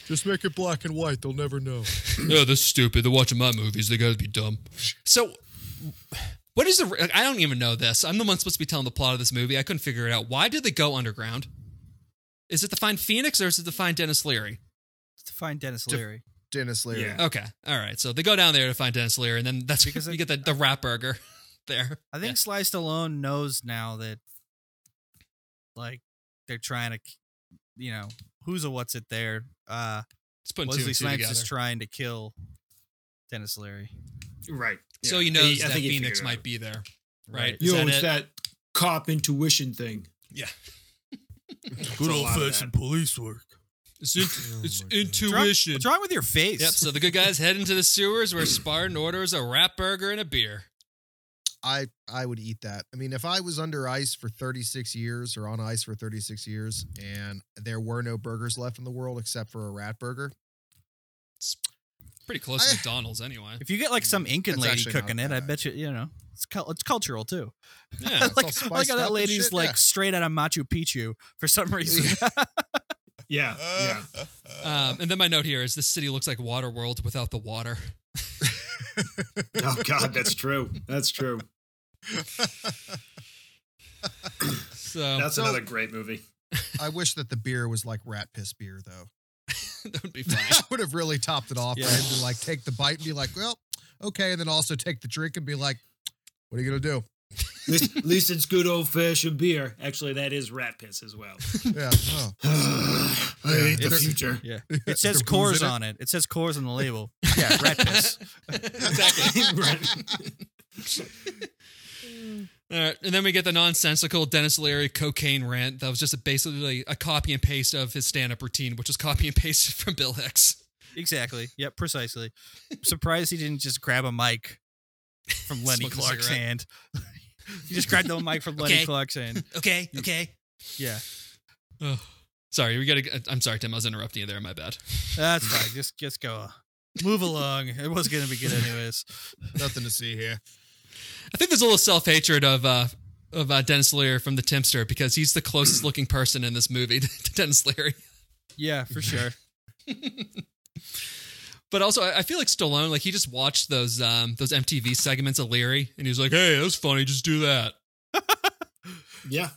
just make it black and white they'll never know No, Oh, this is stupid. They're watching my movies. They gotta be dumb. So, what is the? like, I don't even know this. I'm the one supposed to be telling the plot of this movie. I couldn't figure it out. Why did they go underground? Is it to find Phoenix or is it to find Dennis Leary? To find Dennis Def- Leary. dennis leary Yeah. Okay, all right. So they go down there to find Dennis Leary, and then that's because Because you I- get the, the rat burger there. I think Sly Stallone knows now that, like, they're trying to, k- you know, who's a what's it there. Uh, it's putting two and Wesley two Snipes together. is trying to kill Dennis Leary. Right. so Yeah. he I knows think that he Phoenix figured it might out. be there, right? Right. Is Yo, that it's it? that cop intuition thing. yeah. Good old-fashioned police work. It's, in- Oh it's What's intuition. wrong, what's wrong with your face? Yep. So the good guys head into the sewers where Spartan orders a rat burger and a beer. I I would eat that. I mean, if I was under ice for 36 years or on ice for 36 years and there were no burgers left in the world except for a rat burger, Pretty close I- to McDonald's anyway. If you get like some Incan That's lady actually not cooking it, I bad. bet you you know it's cul it's cultural too. Yeah. it's all like, I like spiced how up that and lady's shit, like yeah. straight out of Machu Picchu for some reason. Yeah, yeah. Um, and then my note here is this city looks like Waterworld without the water. Oh God, that's true. That's true. Um, So That's So- another great movie. I wish that the beer was like rat piss beer, though. that would be funny. That would have really topped it off. Yeah. I had to like take the bite and be like, well, okay. And then also take the drink and be like, what are you going to At least, at least it's good old fashioned beer. Actually, that is rat piss as well. do? Yeah. Oh. I hate the It's- future. Yeah. It says The booze Coors in it? on it. It says Coors on the label. Yeah, rat piss. exactly. All right, and then we get the nonsensical Dennis Leary cocaine rant that was just basically a copy and paste of his stand-up routine, which was copy and paste from Bill Hicks. Exactly. Yep, precisely. Surprised he didn't just grab a mic from Lenny Smoke a Clark's cigarette. hand. he just grabbed the mic from Lenny Okay. Clark's hand. Okay, okay. Yeah. Oh, sorry, we gotta. I'm sorry, Tim. I was interrupting you there. My bad. That's fine. Just just go. Move along. It was gonna be good anyways. Nothing to see here. I think there's a little self hatred of uh, of uh, Dennis Leary from the Timster because he's the closest looking person in this movie to Dennis Leary. Yeah, for sure. But also, I I feel like Stallone, like he just watched those um those MTV segments of Leary, and he was like, "Hey, that's funny. Just do that." Yeah.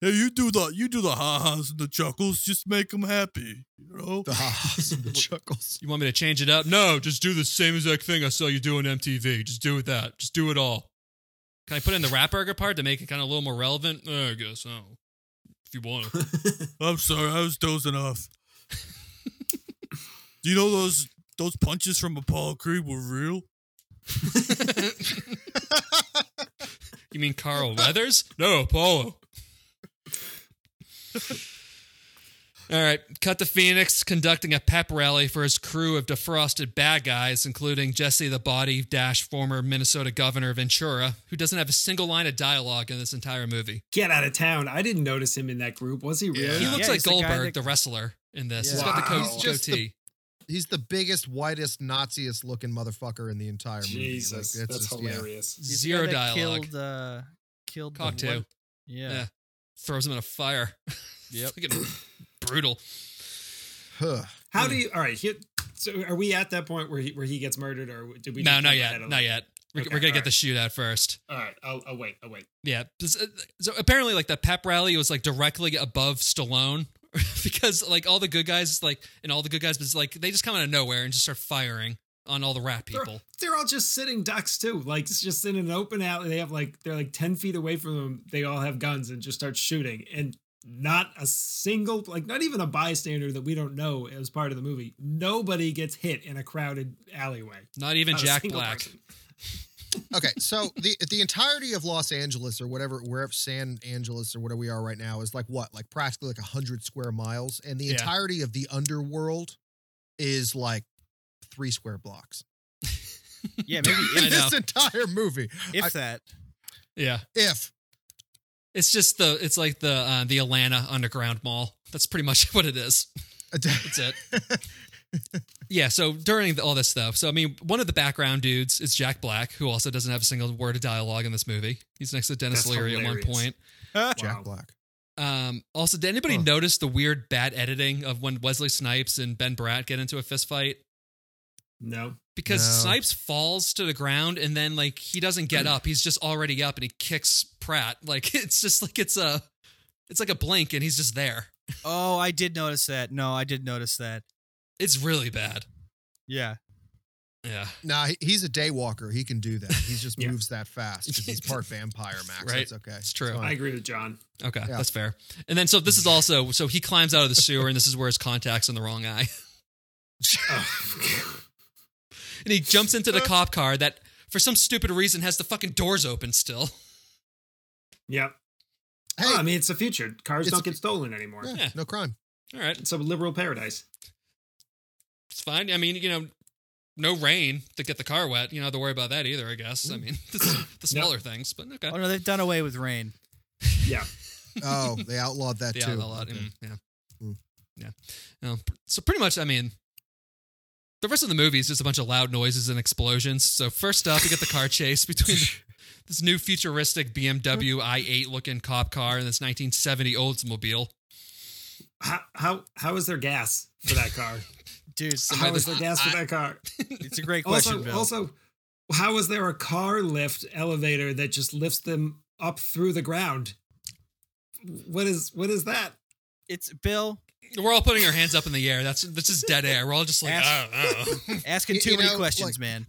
Hey, you do the you do the ha ha's and the chuckles. Just make them happy, you know. The ha's and the chuckles. You want me to change it up? No, just do the same exact thing I saw you do on MTV. Just do it that. Just do it all. Can I put in the rat burger part to make it kind of a little more relevant? Uh, I guess so. If you want to. I'm sorry, I was dozing off. do you know those those punches from Apollo Creed were real? You mean Carl Weathers? No, Apollo. All right, cut to Phoenix conducting a pep rally for his crew of defrosted bad guys, including Jesse the Body Dash, former Minnesota Governor Ventura, who doesn't have a single line of dialogue in this entire movie. Get out of town. I didn't notice him in that group. Was he really? He Yeah. looks Yeah, like he's the guy Goldberg, the, that- wrestler, in this. He's Yeah. got the co- Wow. He's just the- goatee. He's the biggest, whitest, Naziest looking motherfucker in the entire movie. Like, Jesus, it's that's just- yeah. hilarious. He's the Zero guy that dialogue. Killed uh killed the Cocktail. one- Yeah. Yeah. Throws him in a fire. Yep. Fucking brutal. Huh. How do you? All right, here. So, are we at that point where he where he gets murdered, or did we? no, just not jump yet. ahead a Not little? yet. We're, Okay, we're going to get alright. the shootout first. All right, I'll, I'll wait. I'll wait. Yeah. So so apparently, like that pep rally was like directly above Stallone because like all the good guys, like and all the good guys, was like they just come out of nowhere and just start firing on all the rat people. They're all just sitting ducks too. Like it's just in an open alley. They have like they're like ten feet away from them. They all have guns and just start shooting. And not a single, like not even a bystander that we don't know as part of the movie. Nobody gets hit in a crowded alleyway. Not even Not a Jack single Black. person. Okay, so the the entirety of Los Angeles or whatever, wherever San Angeles or where we are right now is like what, like practically like hundred square miles, and the Yeah. entirety of the underworld is like three square blocks. Yeah, maybe I In know. if, this entire movie, I- if that. Yeah, if it's just the it's like the uh, the Atlanta underground mall. That's pretty much what it is. That's it. yeah. So during the, all this stuff, so I mean, one of the background dudes is Jack Black, who also doesn't have a single word of dialogue in this movie. He's next to Dennis That's Leary at one hilarious. point. Jack Wow. Black. Um, also, did anybody Huh. notice the weird bad editing of when Wesley Snipes and Ben Bratt get into a fist fight? No. Because No. Snipes falls to the ground and then like he doesn't get up; he's just already up, and he kicks Pratt. Like it's just like it's a, it's like a blink, and he's just there. Oh, I did notice that. No, I did notice that. It's really bad. Yeah. Yeah, Nah, he- he's a day walker. He can do that. He just Yeah. moves that fast because he's part vampire, Max. Right. That's okay. It's true. fine. I agree with John. okay, Yeah. that's fair. And then so this is also so he climbs out of the sewer, and this is where his contacts in the wrong eye, Oh, and he jumps into the cop car that for some stupid reason has the fucking doors open still. yep. Hey, Oh, I mean, it's the future. Cars It's- don't get stolen anymore. yeah, yeah. no crime. All right, It's a liberal paradise. it's fine. I mean, you know, no rain to get the car wet. You don't have to worry about that either, I guess. I Mm. mean, the, the smaller things, but okay. Oh no, they've done away with rain. Yeah. Oh, they outlawed that yeah, too. a lot. Okay. mm, Yeah. Mm. Yeah. No, pr- so pretty much, I mean, the rest of the movie is just a bunch of loud noises and explosions. So first up, you get the car chase between the- this new Mm. futuristic BMW i8 looking cop car and this 1970 Oldsmobile. How how how is there gas for that car? dude. how Somebody- is there gas for that car? It's a great question, Also, Bill. also, how is there a car lift elevator that just lifts them up through the ground? What is what is that? it's Bill We're all putting our hands up in the air. That's this is dead air. We're all just like, Ask- oh, oh. asking You- too you many know, questions, like- man.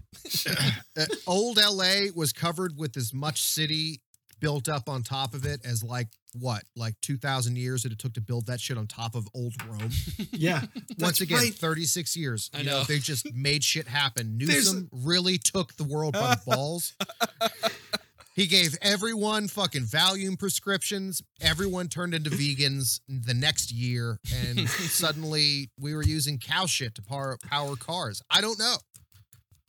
Uh, old LA was covered with as much city built up on top of it as like what, like two thousand years that it took to build that shit on top of old Rome. Yeah. Once that's again, right. thirty six years. I You know, know. they just made shit happen. There's- Newsom really took the world by the balls. He gave everyone fucking Valium prescriptions. Everyone turned into vegans the next year, and suddenly we were using cow shit to power, power cars. I don't know.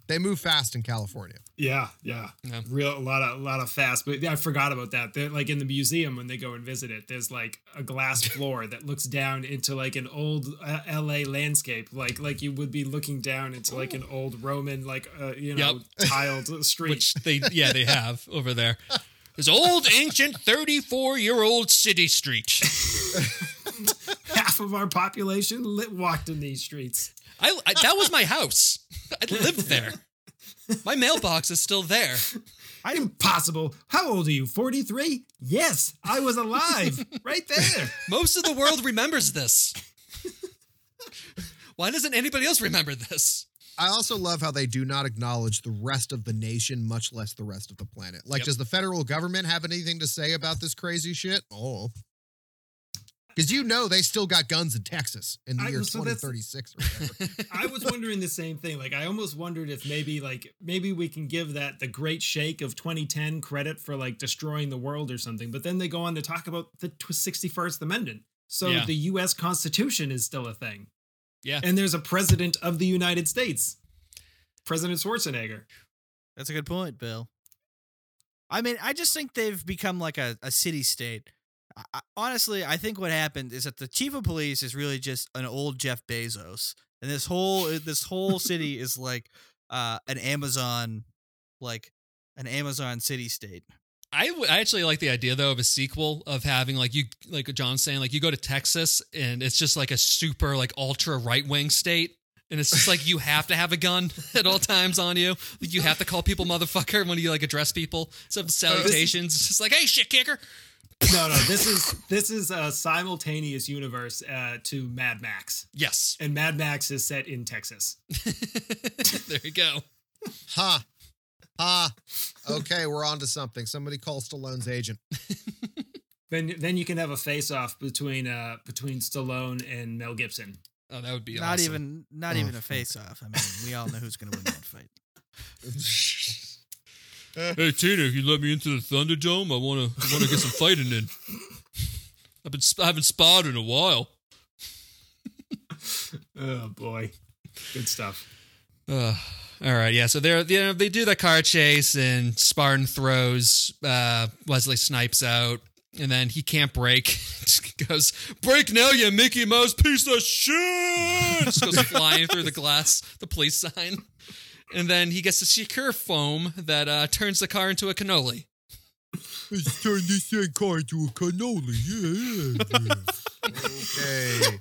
They move fast in California. Yeah, yeah, Yeah. Real a lot of a lot of fast, but yeah, I forgot about that. They're, like in the museum when they go and visit it, there's like a glass floor that looks down into like an old uh, L.A. landscape, like like you would be looking down into like an old Roman like uh, you know tiled street. which they yeah they have over there. This old ancient thirty four year old city street. Half of our population lit, walked in these streets. I, I that was my house. I lived there. My mailbox is still there. Impossible. How old are you? Forty three? Yes, I was alive right there. Most of the world remembers this. Why doesn't anybody else remember this? I also love how they do not acknowledge the rest of the nation, much less the rest of the planet. Like, Yep. does the federal government have anything to say about this crazy shit? Oh. Because you know they still got guns in Texas in the I- year so that's- 2036 or whatever. I was wondering the same thing. Like, I almost wondered if maybe, like, maybe we can give that the great shake of 2010 credit for like destroying the world or something. But then they go on to talk about the tw- 61st Amendment. So Yeah. the U.S. Constitution is still a thing. Yeah. And there's a president of the United States, President Schwarzenegger. That's a good point, Bill. I mean, I just think they've become like a, a city state. I, I- honestly, I think what happened is that the chief of police is really just an old Jeff Bezos, and this whole uh, this whole city is like uh, an Amazon, like an Amazon city state. I, w- I actually like the idea though of a sequel of having like you like John's saying like you go to Texas and it's just like a super like ultra right wing state and it's just like you have to have a gun at all times on you Like, you have to call people motherfucker when you like address people some salutations it's just like hey shit kicker No, no, this is this is a simultaneous universe uh, to Mad Max, yes and Mad Max is set in Texas. there you go ha. Ha. Okay, we're on to something. Somebody call Stallone's agent. Then then you can have a face off between uh, between Stallone and Mel Gibson. oh that would be not awesome. even not Oh, even a fuck. face off. I mean, we all know who's going to win that fight. Hey Tina, if you let me into the Thunderdome, I wanna I wanna get some fighting in. I've been sp- I haven't sparred in a while Oh boy, good stuff. Ugh. all right, yeah. So they're you know, they do the car chase and Spartan throws uh, Wesley Snipes out, and then he can't break. Just goes break now, you Mickey Mouse piece of shit. Just goes flying through the glass, the police sign, and then he gets a secure foam that uh, turns the car into a cannoli. Let's turn this thing car into a cannoli. Yeah. yeah. Okay.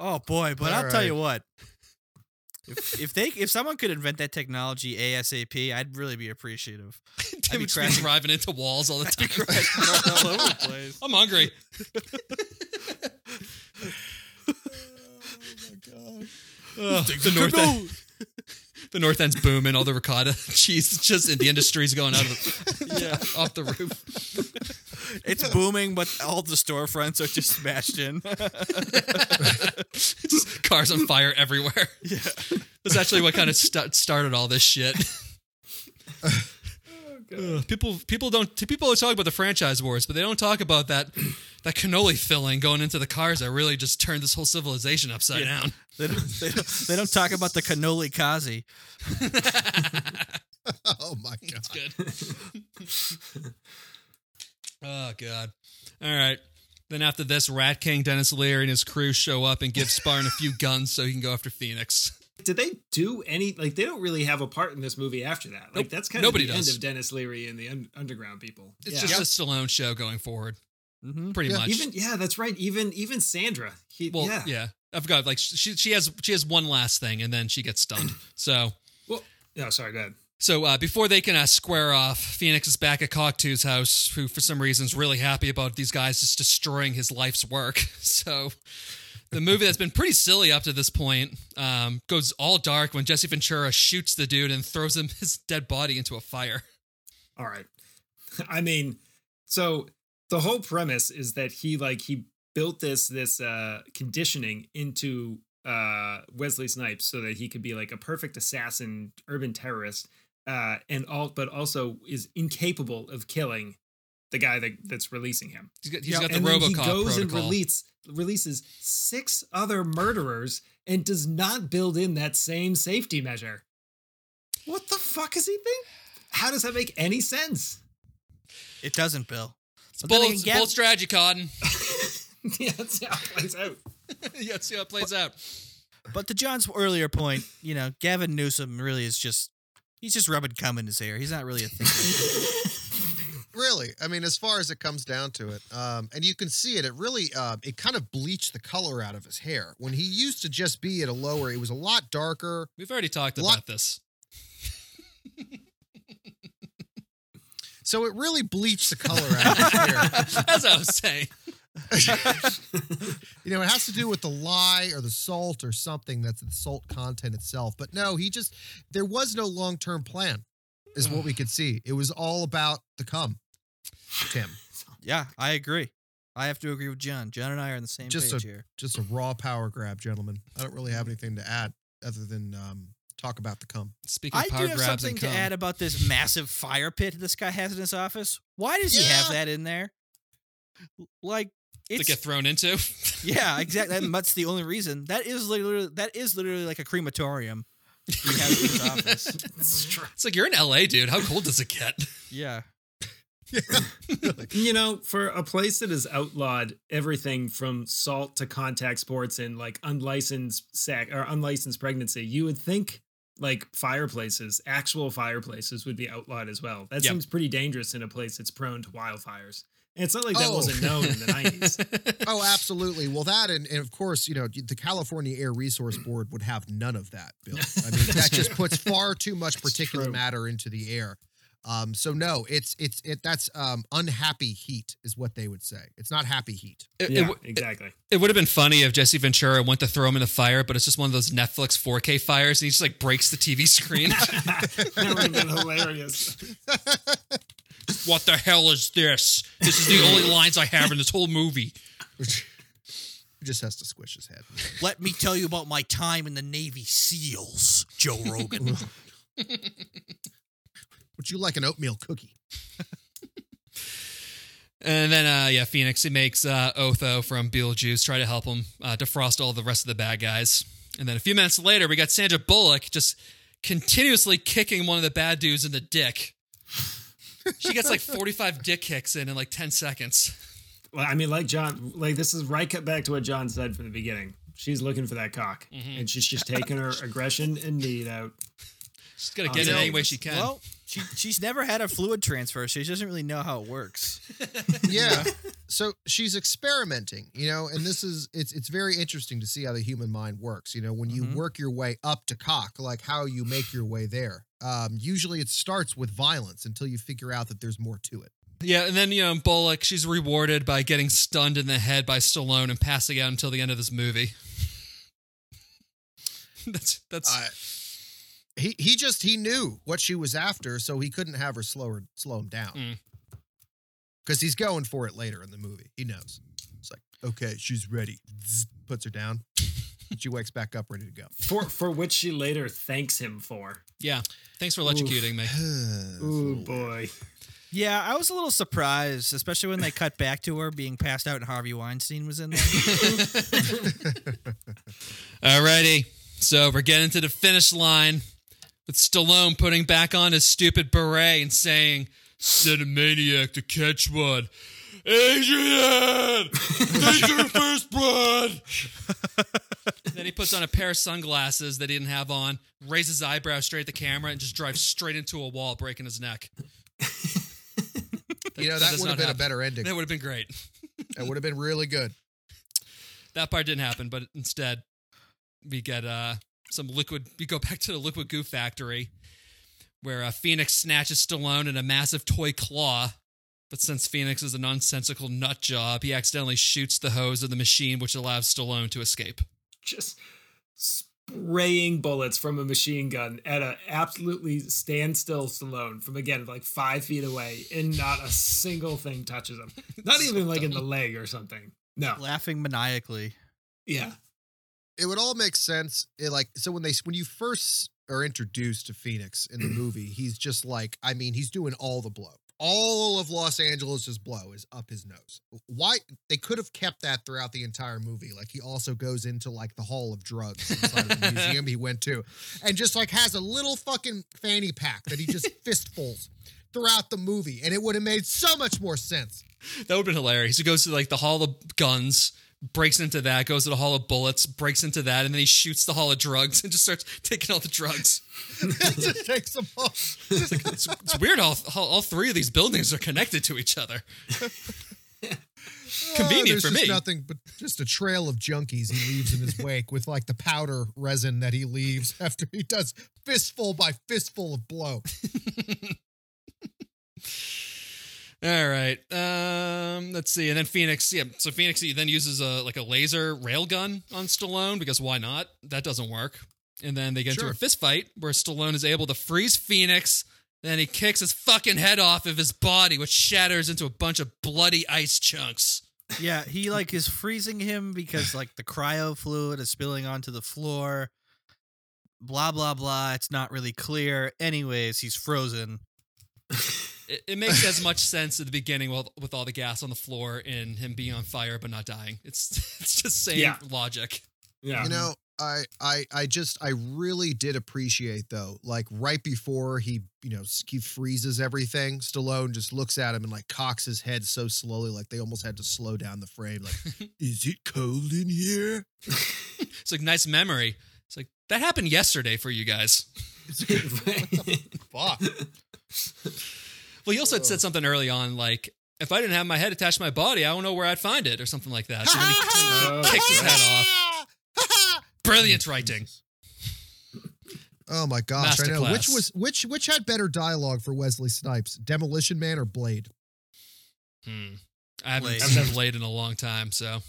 Oh boy, but I'll All tell you what. If, if they if someone could invent that technology ASAP, I'd really be appreciative. Tim be just crashing- driving into walls all the time. all over the place. I'm hungry. Ugh, the North End, the North End's booming. All the ricotta cheese, just the industry's going out of the, off the roof. It's booming, but all the storefronts are just smashed in. Just cars on fire everywhere. yeah. That's actually what kind of st- started all this shit. Ugh, people, people don't. People talk about the franchise wars, but they don't talk about that that cannoli filling going into the cars that really just turned this whole civilization upside down. They don't, they, don't, they don't talk about the cannoli kazi. oh my god. Good. oh god. All right. Then after this, Rat King Dennis Leary and his crew show up and give Sparn a few guns so he can go after Phoenix. Did they do any? Like they don't really have a part in this movie after that. Like Nope. that's kind Nobody of the does. end of Dennis Leary and the un- Underground people. It's Yeah. just a Stallone show going forward. Mm-hmm. pretty Yeah. much. Even yeah, that's right. Even even Sandra. He, well, yeah. yeah. I forgot. Like she she has she has one last thing, and then she gets stunned. So No, sorry. Go ahead. so uh, before they can uh, square off, Phoenix is back at Cogtooth's house, who for some reason is really happy about these guys just destroying his life's work. So the movie that's been pretty silly up to this point um, goes all dark when Jesse Ventura shoots the dude and throws him his dead body into a fire. All right. I mean, so the whole premise is that he like he built this this uh conditioning into uh Wesley Snipes so that he could be like a perfect assassin, urban terrorist, uh and all but also is incapable of killing the guy that, that's releasing him. He's got, he's Yeah, got the and then RoboCop he goes protocol. and release, releases six other murderers and does not build in that same safety measure. What the fuck is he think? How does that make any sense? It doesn't, Bill. it's But then bold, again- bold strategy, Cotton. yeah, that's how it plays out. yeah, see how it plays out. But to John's earlier point, you know, Gavin Newsom really is just. He's just rubbing cum in his hair. He's not really a thinker. Really, I mean, as far as it comes down to it, um, and you can see it. It really, uh, it kind of bleached the color out of his hair. When he used to just be at a lower, it was a lot darker. We've already talked Lot- about this. So it really bleached the color out of his hair. As I was saying, You know, it has to do with the lye or the salt or something that's the salt content itself. But no, he just there was no long term plan, is what we could see. It was all about the cum. Tim, yeah, I agree. I have to agree with John. John and I are on the same Just page a- here. just a raw power grab, gentlemen. I don't really have anything to add other than um, talk about the cum. speaking I of power do have grabs something and to cum, add about this massive fire pit this guy has in his office. Why does he have Yeah. that in there? Like to it's get thrown into. yeah, exactly. And That's the only reason. That is literally that is literally like a crematorium. We have in his office. It's true. It's like you're in LA, dude. How cold does it get? Yeah, You know, for a place that has outlawed everything from salt to contact sports and like unlicensed sac or unlicensed pregnancy, you would think like fireplaces, actual fireplaces would be outlawed as well. That Yep. seems pretty dangerous in a place that's prone to wildfires. And it's not like that Oh. wasn't known in the 90s. Oh, absolutely. Well, that and, and of course, you know, the California Air Resource Board would have none of that, Bill. I mean, that just puts far too much particulate true. matter into the air. Um, so no, it's it's it that's um unhappy heat is what they would say. It's not happy heat. It, yeah, it, exactly. would have been funny if Jesse Ventura went to throw him in the fire, but it's just one of those Netflix 4K fires, and he just like breaks the TV screen. that would have been hilarious. what the hell is this? This is the only lines I have in this whole movie. He just has to squish his head. let me tell you about my time in the Navy SEALs, Joe Rogan. Would you like an oatmeal cookie? And then, uh, yeah, Phoenix he makes uh, Otho from Beetlejuice try to help him uh, defrost all the rest of the bad guys. And then a few minutes later, we got Sandra Bullock just continuously kicking one of the bad dudes in the dick. She gets like 45 dick kicks in in like 10 seconds. Well, I mean, like John, like this is right cut back to what John said from the beginning. She's looking for that cock, and she's just taking her aggression and need out. She's got to get Oh, it no. any way she can. well, she she's never had a fluid transfer, so she doesn't really know how it works. Yeah. so she's experimenting, you know, and this is it's it's very interesting to see how the human mind works. You know, when you Mm-hmm. Mhm. work your way up to cock, like how you make your way there. Um, usually it starts with violence until you figure out that there's more to it. Yeah, and then, you know, Bullock, she's rewarded by getting stunned in the head by Stallone and passing out until the end of this movie. that's, that's, Uh, he he just he knew what she was after, so he couldn't have her slow her slow him down. Mm. Because he's going for it later in the movie. He knows. It's like, okay, she's ready. Zzz, Puts her down. She wakes back up ready to go. for for which she later thanks him for. yeah. Thanks for electrocuting me. Oh boy, Yeah, I was a little surprised, especially when they cut back to her being passed out and Harvey Weinstein was in there. Alrighty. So we're getting to the finish line with Stallone putting back on his stupid beret and saying, Send a maniac to catch one. Adrian! Take your first blood! then he puts on a pair of sunglasses that he didn't have on, raises his eyebrow straight at the camera, and just drives straight into a wall, breaking his neck. You know, that, does would not have been happen. a better ending. That would have been great. That would have been really good. That part didn't happen, but instead we get uh some liquid we go back to the liquid goo factory where uh, Phoenix snatches Stallone in a massive toy claw. But since Phoenix is a nonsensical nut job, he accidentally shoots the hose of the machine, which allows Stallone to escape. just spraying bullets from a machine gun at a absolutely standstill Stallone from again like five feet away, and not a single thing touches him. Not even like in the leg or something. No. laughing maniacally. Yeah. it would all make sense. It like so when they when you first are introduced to Phoenix in the movie, he's just like I mean he's doing all the blow. All of Los Angeles's blow is up his nose. Why they could have kept that throughout the entire movie. Like he also goes into like the Hall of Drugs inside of the museum he went to, and just like has a little fucking fanny pack that he just fistfuls throughout the movie, and it would have made so much more sense. That would have been hilarious. He goes to like the Hall of Guns, breaks into that, goes to the Hall of Bullets, breaks into that, and then he shoots the Hall of Drugs and just starts taking all the drugs. just takes them all. Just It's, it's weird. All, all all three of these buildings are connected to each other. Convenient Uh, there's for just me. Nothing but just a trail of junkies he leaves in his wake with like the powder resin that he leaves after he does fistful by fistful of blow. All right. Um, let's see. And then Phoenix, yeah. So Phoenix he then uses a like a laser rail gun on Stallone because why not? That doesn't work. And then they get Sure. into a fist fight where Stallone is able to freeze Phoenix. Then he kicks his fucking head off of his body, which shatters into a bunch of bloody ice chunks. Yeah, he like is freezing him because like the cryo fluid is spilling onto the floor. Blah blah blah. It's not really clear. Anyways, he's frozen. It, it makes as much sense at the beginning with, with all the gas on the floor and him being on fire but not dying. It's it's just same Yeah. logic. Yeah. You know, I I I just I really did appreciate though, like right before he you know s- he freezes everything, Stallone just looks at him and like cocks his head so slowly, like they almost had to slow down the frame. Like, is it cold in here? It's like nice memory. It's like that happened yesterday for you guys. Fuck. Well, he also had said something early on, like, if I didn't have my head attached to my body, I don't know where I'd find it, or something like that. So then he kicks his head off. Brilliant writing. Oh my gosh! I know which Masterclass. was which which had better dialogue for Wesley Snipes, Demolition Man or Blade? Hmm. I haven't Blade. seen Blade in a long time, so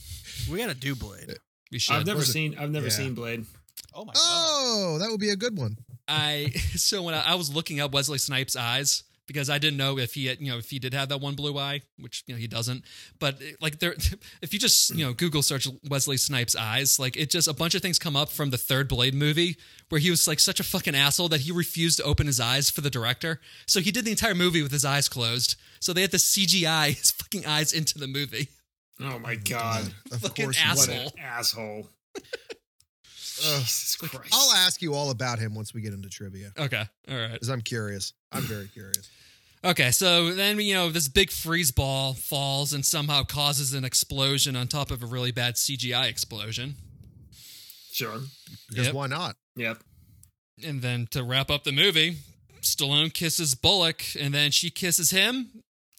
We gotta do blade. we should. I've never Was it- seen I've never Yeah. seen Blade. Oh my Oh, that would be a good one. I so when I, I was looking up Wesley Snipes' eyes because I didn't know if he had, you know if he did have that one blue eye, which you know he doesn't. But eh, like there, if you just you know Google search Wesley Snipes' eyes, like it just a bunch of things come up from the third Blade movie where he was like such a fucking asshole that he refused to open his eyes for the director, so he did the entire movie with his eyes closed. So they had to CGI his fucking eyes into the movie. Oh my god. Uh, Of Fucking course, ass- What Asshole. an asshole. Ugh. Jesus Christ. I'll ask you all about him once we get into trivia, Okay, all right. because I'm curious. I'm very curious. Okay, so then you know this big freeze ball falls and somehow causes an explosion on top of a really bad CGI explosion. Sure. Because Yep. why not? Yep. And then to wrap up the movie, Stallone kisses Bullock and then she kisses him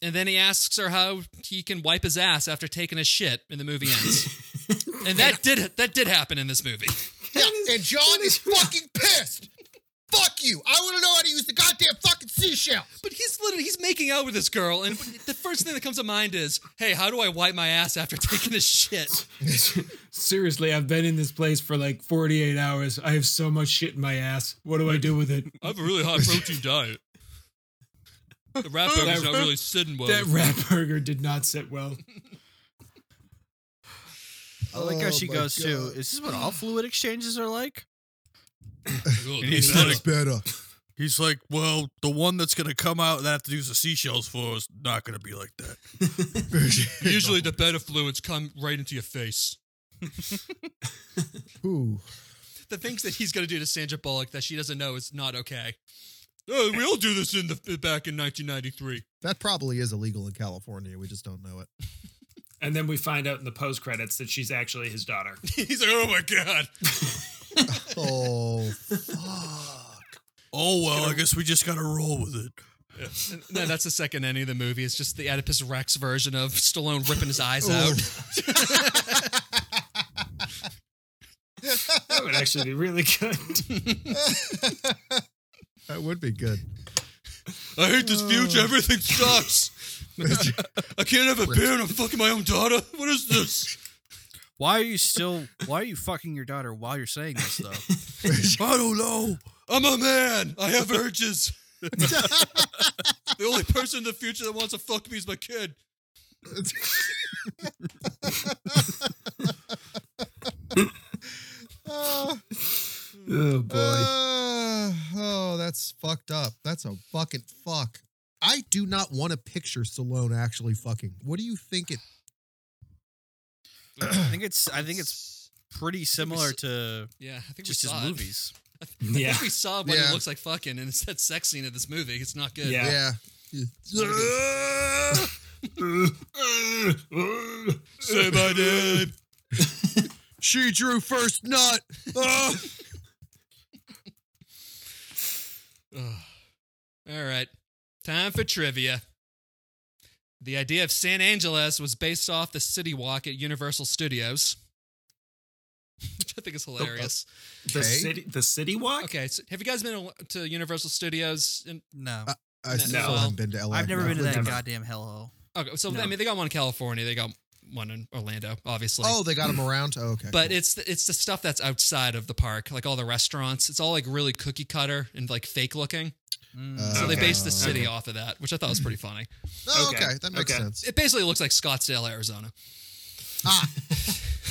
and then he asks her how he can wipe his ass after taking a shit and the movie ends. and that did that did happen in this movie. Yeah, and John is fucking pissed. Fuck you! I want to know how to use the goddamn fucking seashell. But he's literally he's making out with this girl and the first thing that comes to mind is, "Hey, how do I wipe my ass after taking a shit?" Seriously, I've been in this place for like 48 hours. I have so much shit in my ass. What do I do with it? I have a really high protein diet. The rat burger's not really sitting well. That rat burger did not sit well. I like how Oh she my goes too. God. Is this what all fluid exchanges are like? Ugh, He's that's- like- better. He's like, well, the one that's gonna come out that I have to use the seashells for is not gonna be like that. usually the beta fluids come right into your face. Ooh. The things that he's going to do to Sandra Bullock that she doesn't know is not okay. Oh, we all do this in the back in 1993. That probably is illegal in California. We just don't know it. And then we find out in the post credits that she's actually his daughter. he's like, oh my god. Oh, fuck. Oh well, I guess we just gotta roll with it. No, that's the second ending of the movie. It's just the Oedipus Rex version of Stallone ripping his eyes out. That would actually be really good. that would be good. I hate this Uh. future. Everything sucks. I can't have a beer and I'm fucking my own daughter. What is this? Why are you still? Why are you fucking your daughter while you're saying this though? I don't know. I'm a man. I have urges. the only person in the future that wants to fuck me is my kid. Uh, Hmm. Oh boy. uh, oh, that's fucked up. That's a fucking fuck. I do not want to picture Stallone actually fucking. What do you think it? I think it's. I think it's pretty similar to Yeah, I think just we his saw it. movies. I Yeah. think we saw what Yeah. it looks like fucking, and it's that sex scene of this movie. It's not good. Yeah. Say my name. She drew first nut. Ah. Ugh. All right. Time for trivia. The idea of San Angeles was based off the city walk at Universal Studios, which I think is hilarious. The Okay. city the city walk? Okay, so have you guys been to Universal Studios? In, No, I still No. haven't been to LA. I've never No. been to that Uh, Never. goddamn hellhole. okay, so No. I mean, they got one in California, they got one in Orlando, obviously. Oh, they got him around. Oh, okay, but it's the, it's the stuff that's outside of the park, like all the restaurants. It's all like really cookie cutter and like fake looking. Mm. Uh, So they Okay. based the city Okay. off of that, which I thought was pretty funny. cool. oh, okay. okay. that makes Okay. sense. It basically looks like Scottsdale, Arizona. ah,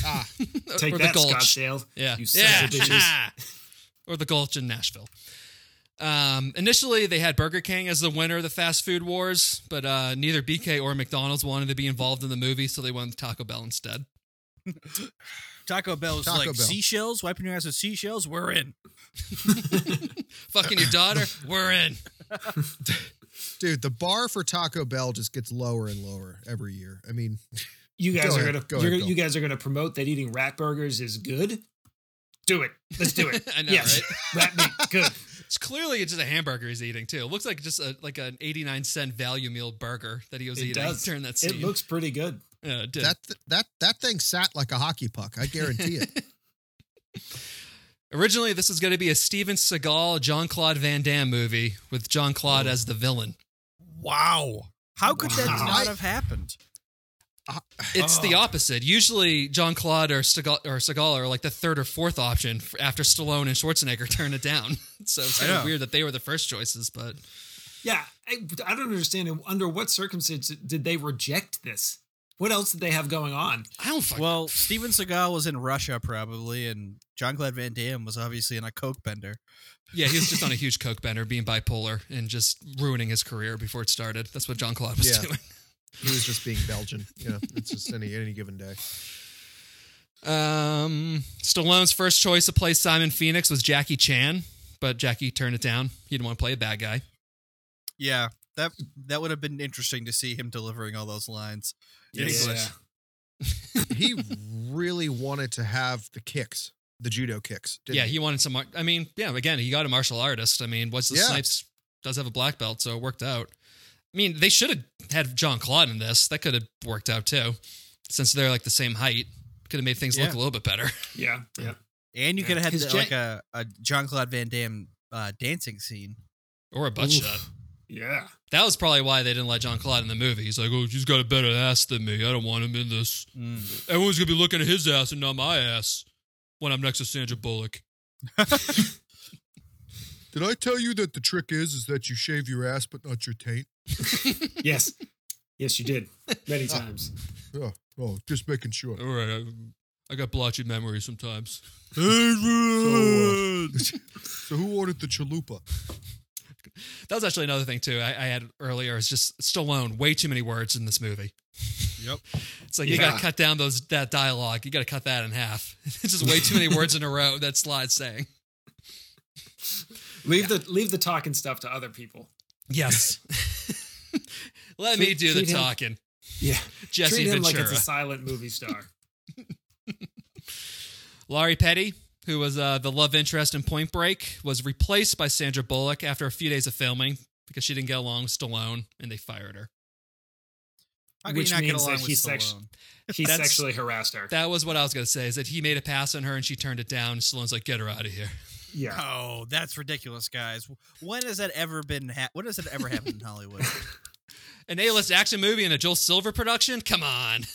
ah, Take or the that, Gulch. Scottsdale. Yeah. You sons yeah. of bitches. or the Gulch in Nashville. Um, initially, they had Burger King as the winner of the fast food wars, but uh, neither BK or McDonald's wanted to be involved in the movie, so they went with Taco Bell instead. Taco Bell's Taco like Bell. seashells. Wiping your ass with seashells. We're in. Fucking your daughter, we're in. dude, the bar for Taco Bell just gets lower and lower every year. I mean, You guys Go are ahead, gonna go you're, ahead, Bill. you guys are gonna promote that eating rat burgers is good. Do it. Let's do it. I know, yes. right? Rat meat. Good. It's clearly just a hamburger he's eating too. It looks like just a, like an eighty nine cent value meal burger that he was It eating does. during that scene. It looks pretty good. yeah, it did. that that that thing sat like a hockey puck. I guarantee it. Originally, this was going to be a Steven Seagal, John Claude Van Damme movie with John Claude as the villain. Wow. How could that Wow. not have happened? It's the Oh. opposite. Usually, John Claude or Seagal, or Seagal are like the third or fourth option f- after Stallone and Schwarzenegger turn it down. So it's kind Yeah. of weird that they were the first choices, but Yeah. I, I don't understand under what circumstances did they reject this? What else did they have going on? I don't fucking. Well, Steven Seagal was in Russia probably, and John Claude Van Damme was obviously in a coke bender. yeah, he was just on a huge coke bender, being bipolar, and just ruining his career before it started. That's what John Claude was Yeah. doing. He was just being Belgian. You know, it's just any any given day. Um, Stallone's first choice to play Simon Phoenix was Jackie Chan, but Jackie turned it down. He didn't want to play a bad guy. Yeah, that that would have been interesting to see him delivering all those lines in Yeah. English. He really wanted to have the kicks, the judo kicks. Didn't yeah, he wanted some. mar- I mean, yeah, again, he got a martial artist. I mean, what's the Yeah. Snipes does have a black belt, so it worked out. I mean, they should have had John Claude in this. That could have worked out too, since they're like the same height. Could have made things Yeah. look a little bit better. Yeah. Yeah. And you could have had His the, gen- like a, a John Claude Van Damme uh, dancing scene. or a butt Oof. shot. Yeah. That was probably why they didn't let John Claude in the movie. He's like, oh, he's got a better ass than me. I don't want him in this. Mm. Everyone's gonna be looking at his ass and not my ass when I'm next to Sandra Bullock. Did I tell you that the trick is is that you shave your ass but not your taint? Yes. Yes, you did. Many times. Oh, oh just making sure. All right, I, I got blotchy memories sometimes. uh, Adrian. uh, So who ordered the chalupa? That was actually another thing too. I, I had earlier is just Stallone. Way too many words in this movie. Yep. It's like you Yeah. got to cut down those that dialogue. You got to cut that in half. It's just way too many words in a row. That slide's saying. Leave the leave the talking stuff to other people. Yes. Let me Treat- do the treat him- talking. Yeah. Jesse Treat him Ventura. like it's a silent movie star. Laurie Petty, who was uh, the love interest in Point Break, was replaced by Sandra Bullock after a few days of filming because she didn't get along with Stallone and they fired her. How could you Which not get means that along with he's sex- Stallone? He That's- sexually harassed her. That was what I was going to say is that he made a pass on her and she turned it down. And Stallone's like, get her out of here. yeah. Oh, that's ridiculous, guys. When has that ever been? Ha- when has that ever happened in Hollywood? An A list action movie and a Joel Silver production? Come on.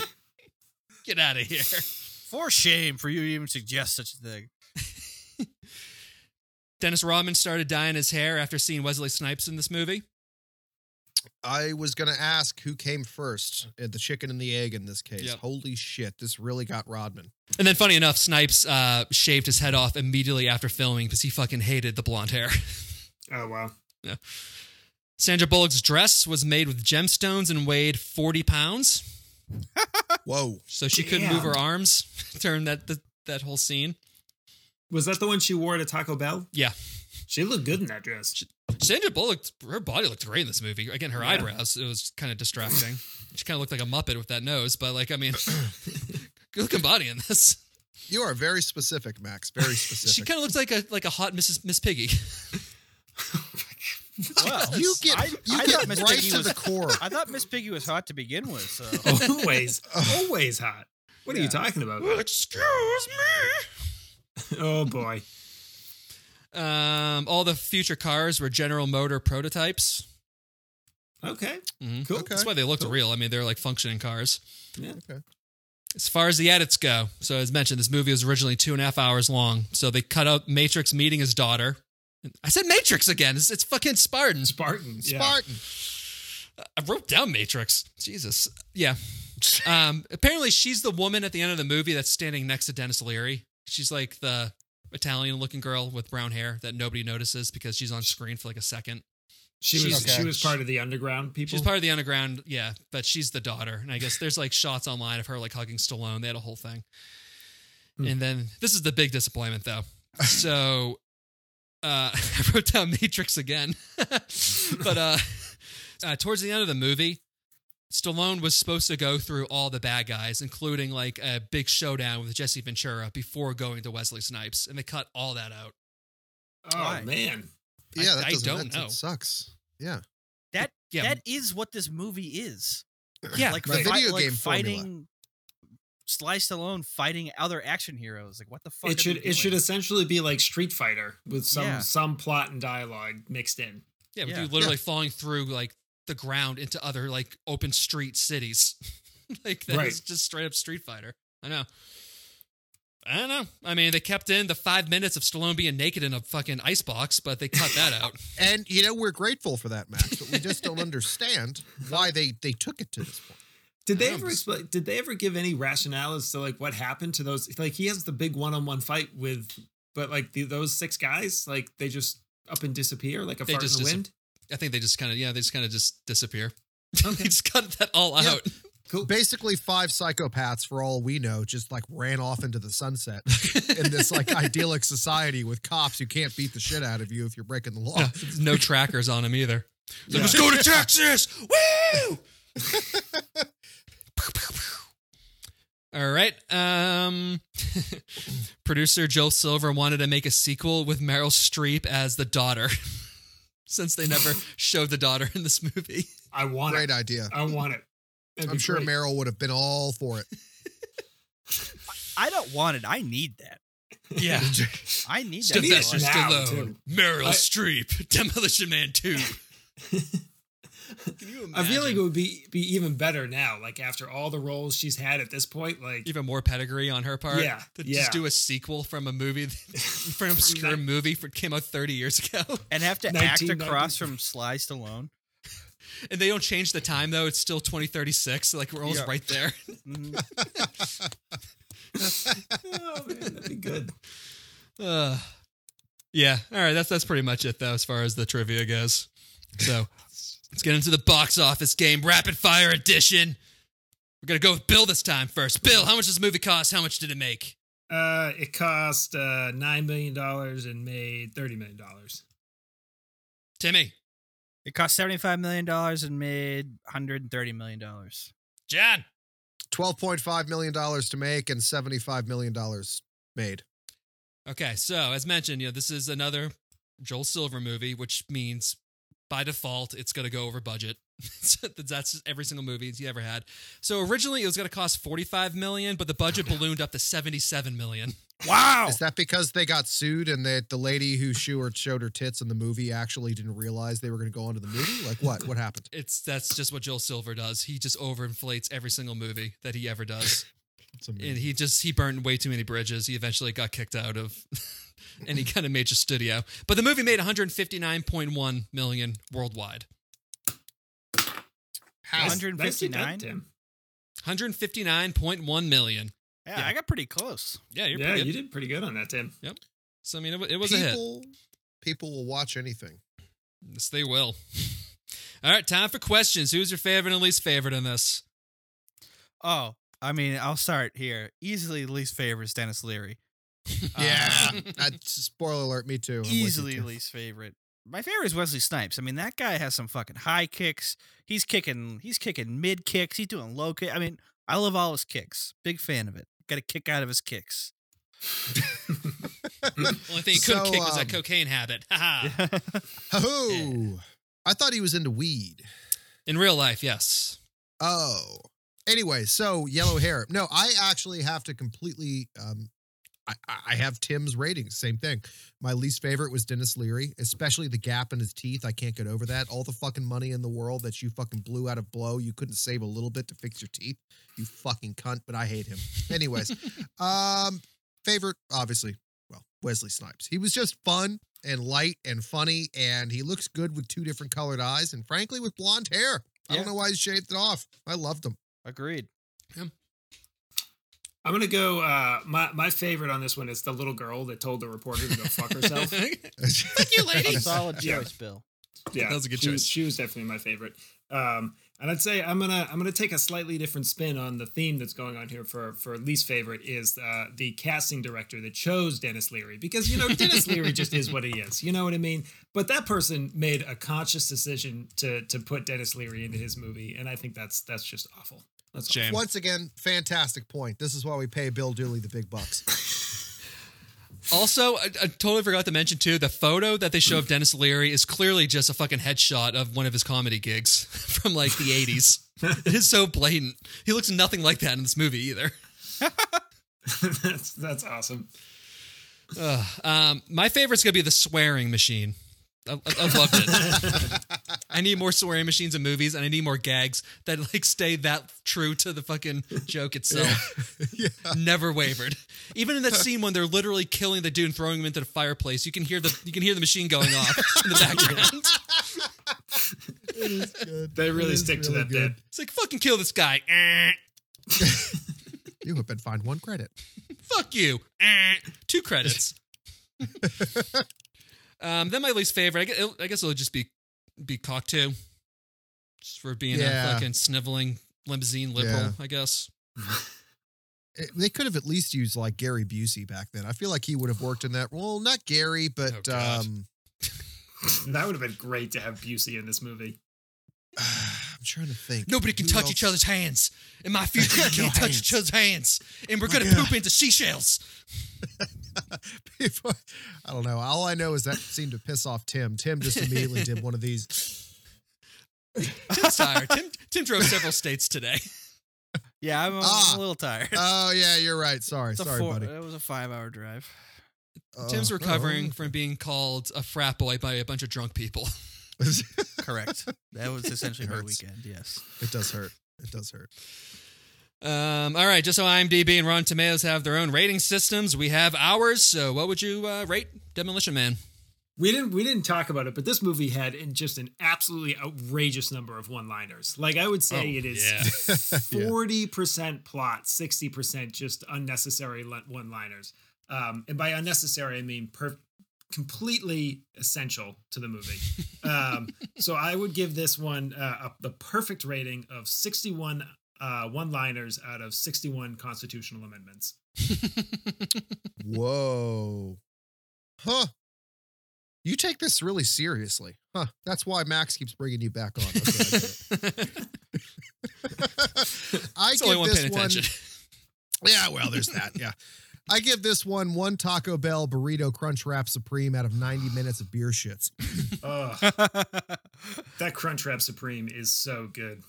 get out of here. For shame, for you to even suggest such a thing. Dennis Rodman started dyeing his hair after seeing Wesley Snipes in this movie. I was gonna ask who came first, uh, the chicken and the egg in this case. Yep. Holy shit, this really got Rodman. And then, funny enough, Snipes uh, shaved his head off immediately after filming because he fucking hated the blonde hair. Oh wow. Sandra Bullock's dress was made with gemstones and weighed 40 pounds. Whoa, So she couldn't move Damn. her arms during that, that, that whole scene. Was that the one she wore to Taco Bell? Yeah. She looked good in that dress. Sandra Bullock, her body looked great in this movie. Again, her Yeah. eyebrows, it was kind of distracting. she kind of looked like a Muppet with that nose, but like, I mean, good looking body in this. you are very specific, Max. Very She specific. kind of looks like a like a hot Mrs. Miss Piggy. Wow. you get I, you I get thought Miss right Piggy to was. the core. Oh, I thought Miss Piggy was hot to begin with. So always, always hot. What are you talking about? Excuse Oh boy. me. Um, all the future cars were General Motor prototypes. Okay. Mhm. Cool. Okay. That's why they looked real. I mean, they're like functioning cars. Yeah. As far as the edits go, so as mentioned, this movie was originally two and a half hours long. So they cut out Matrix meeting his daughter. I said Matrix again. It's, it's fucking Spartans. Spartan. yeah. Spartan. I wrote down Matrix. Jesus. Yeah. Um, apparently, she's the woman at the end of the movie that's standing next to Dennis Leary. She's like the Italian looking girl with brown hair that nobody notices because she's on screen for like a second. She was Okay. she was part of the underground people. She's part of the underground, yeah, but she's the daughter. And I guess there's like shots online of her like hugging Stallone. They had a whole thing. Hmm. And then this is the big disappointment though. So uh I wrote down Matrix again. but uh, uh towards the end of the movie, Stallone was supposed to go through all the bad guys, including like a big showdown with Jesse Ventura before going to Wesley Snipes, and they cut all that out. oh Why? man. I- Yeah, that I doesn't, don't that know. sucks. Yeah, Yeah. that is what this movie is. yeah. Like The fi- video like game formula. fighting. Sly Stallone fighting other action heroes. Like what the fuck? It are should they it should doing? essentially be like Street Fighter with some Yeah. some plot and dialogue mixed in. yeah, with yeah. you literally falling through like the ground into other like open street cities. like that's Right. just straight up Street Fighter. I know. I don't know. I mean, they kept in the five minutes of Stallone being naked in a fucking icebox, but they cut that out. and you know we're grateful for that, Max, but we just don't understand why they they took it to this point. Did they I ever don't- explain? Did they ever give any rationale as to like what happened to those? Like he has the big one-on-one fight with, but like the, those six guys, like they just up and disappear like a They fart just in the disap- wind. I think they just kind of yeah, they just kind of just disappear. Okay. they just cut that all Yeah. out. Cool. Basically, five psychopaths, for all we know, just like ran off into the sunset in this like idyllic society with cops who can't beat the shit out of you if you're breaking the law. no trackers on him either. So Let's go to Texas. Woo! All right. Um, producer Joe Silver wanted to make a sequel with Meryl Streep as the daughter, since they never showed the daughter in this movie. I want Great it. idea. I want it. That'd I'm be sure great. Meryl would have been all for it. I don't want it. I need that. Yeah. I need that. Give me in my that life. Sylvester now, Stallone, too. Meryl I- Streep, Demolition Man Two. Can you imagine? I feel like it would be be even better now. Like after all the roles she's had at this point, like even more pedigree on her part. Yeah, to yeah. just do a sequel from a movie, that- from an From obscure that- movie that came out 30 years ago, and have to act 1990. across from Sly Stallone. and they don't change the time though. It's still 2036. So like we're almost Yeah. right there. Mhm. oh man, that'd be good. Uh, yeah. All right. That's that's pretty much it though, as far as the trivia goes. So let's get into the box office game, rapid fire edition. We're gonna go with Bill this time first. Bill, how much does the movie cost? How much did it make? Uh, it cost uh, nine million dollars and made thirty million dollars. Timmy, It cost $75 million and made $130 million. John, $12.5 million to make and $75 million made. Okay, so as mentioned, you know this is another Joel Silver movie, which means by default, it's going to go over budget. So That's just every single movie he ever had. So originally, it was going to cost forty-five million, but the budget ballooned up to seventy-seven million. Oh. Wow. Is that because they got sued and that the lady who showed, showed her tits in the movie actually didn't realize they were going to go into the movie? Like what? What happened? It's that's just what Joel Silver does. He just overinflates every single movie that he ever does, It's amazing. and he just he burned way too many bridges. He eventually got kicked out of any kind of major studio. But the movie made one hundred fifty-nine point one million worldwide. Nice- nicely 159? done, Tim. One hundred fifty-nine point one million. Yeah, Yeah. I got pretty close. Yeah, you're Yeah, pretty good. you did pretty good on that, Tim. So I mean, it, wa- it was a hit. people, people will watch anything. Yes, they will. All right, time for questions. Who's your favorite and least favorite in this? Oh, I mean, I'll start here. Easily least favorite is Dennis Leary. Uh, That's- spoiler alert. Me too. I'm with you, easily Tim. least favorite. My favorite is Wesley Snipes. I mean, that guy has some fucking high kicks. He's kicking. He's kicking mid kicks. He's doing low kick. I mean, I love all his kicks. Big fan of it. Got a kick out of his kicks. Only thing he couldn't So, kick was that um, cocaine habit. Haha. Ah. Oh, I thought he was into weed. In real life, yes. Oh. Anyway, so yellow hair. No, I actually have to completely. Um, I, I- I have Tim's ratings. Same thing. My least favorite was Dennis Leary, especially the gap in his teeth. I can't get over that. All the fucking money in the world that you fucking blew out of blow, you couldn't save a little bit to fix your teeth. You fucking cunt. But I hate him. Anyways, um, favorite obviously. Well, Wesley Snipes. He was just fun and light and funny, and he looks good with two different colored eyes, and frankly with blonde hair. I don't Yeah. know why he shaved it off. I loved him. Agreed. I'm gonna go. Uh, my my favorite on this one is the little girl that told the reporter to go fuck herself. Thank Thank you, A ladies. solid Yeah. choice, Bill. yeah, That was a good she choice. she was definitely my favorite. Um, and I'd say I'm gonna I'm gonna take a slightly different spin on the theme that's going on here for for least favorite is uh, the casting director that chose Dennis Leary because you know Dennis Leary just is what he is. You know what I mean? But that person made a conscious decision to to put Dennis Leary into his movie, and I think that's that's just awful. That's awful. Shame. Once again, fantastic point. This is why we pay Bill Dooley the big bucks. Also, I, I totally forgot to mention too the photo that they show of Dennis Leary is clearly just a fucking headshot of one of his comedy gigs from like the 80s. it is so blatant. He looks nothing like that in this movie either. that's that's awesome. Ugh. um, my favorite's gonna be the swearing machine. I, I, I loved it. I need more swearing machines in movies, and I need more gags that like stay that true to the fucking joke itself. Never wavered. Even in that scene when they're literally killing the dude and throwing him into the fireplace, you can hear the you can hear the machine going off in the background. They really stick to that bit. It's like fucking kill this guy. Eh. You have been fined one credit. Fuck you. Eh. Two credits. um, then my least favorite. I guess, I guess it'll just be be cock two, just for being a Yeah. fucking sniveling limousine liberal. Yeah. I guess. It- Eh, they could have at least used like Gary Busey back then. I feel like he would have worked in that. Well, not Gary, Oh, but God. um, That would have been great to have Busey in this movie. I'm trying to think. Nobody can Who touch else? each other's hands. In my future, you No can't touch hands. Oh each other's hands, and we're gonna God. poop into seashells. People- I don't know. All I know is that seemed to piss off Tim. Tim just immediately did one of these. Tim's tired. Tim Tim drove several states today. Yeah, I'm, I'm Ah. a little tired. Oh yeah, you're right. Sorry, It's a sorry, four- buddy. It was a five-hour drive. uh, Tim's Oh, recovering from being called a frat boy by a bunch of drunk people. oh. Correct. That was essentially her Hurts. weekend. Yes. it does hurt. It does hurt. Um, all right, just so IMDb and Rotten Tomatoes have their own rating systems, we have ours. So, what would you uh, rate Demolition Man? We didn't we didn't talk about it, but this movie had in just an absolutely outrageous number of one-liners. Like I would say Oh, it is yeah. 40% plot, 60% just unnecessary le- one-liners. Um, and by unnecessary I mean per- completely essential to the movie. Um, so I would give this one uh, a, the perfect rating of 61 uh, one-liners out of 61 constitutional amendments. Whoa. Huh. You take this really seriously. Huh. That's why Max keeps bringing you back on. Okay, I get it. I It's give only one this paying one. attention. Yeah, well, there's that. Yeah. I give this one one Taco Bell burrito crunch wrap supreme out of 90 minutes of beer shits. Ugh, that Crunchwrap Supreme is so good.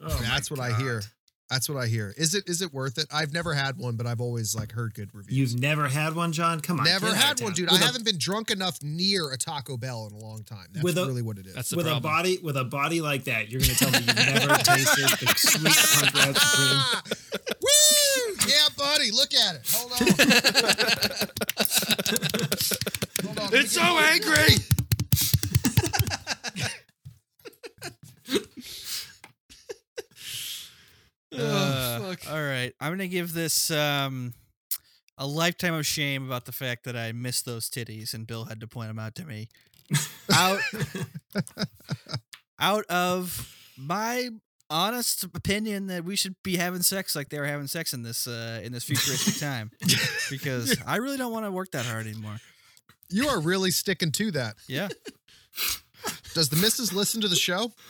Oh my That's what I God. hear. That's what I hear. Is it is it worth it? I've never had one, but I've always like heard good reviews. You've never had one, John? Come on. never get out had of one, town. dude. With I a- haven't been drunk enough near a Taco Bell in a long time. That's With a- really what it is. That's the with a problem. body with a body like that, you're gonna tell me you've never tasted the sweet Crunchwrap Supreme. Ah! Woo! Yeah, buddy. Look at it. Hold on. Hold on. It's so angry. Oh, fuck. All right. I'm gonna give this um a lifetime of shame about the fact that I missed those titties and Bill had to point them out to me. out out of my honest opinion that we should be having sex like they were having sex in this uh in this futuristic time. because I really don't want to work that hard anymore. You are really sticking to that. Yeah. Does the missus listen to the show?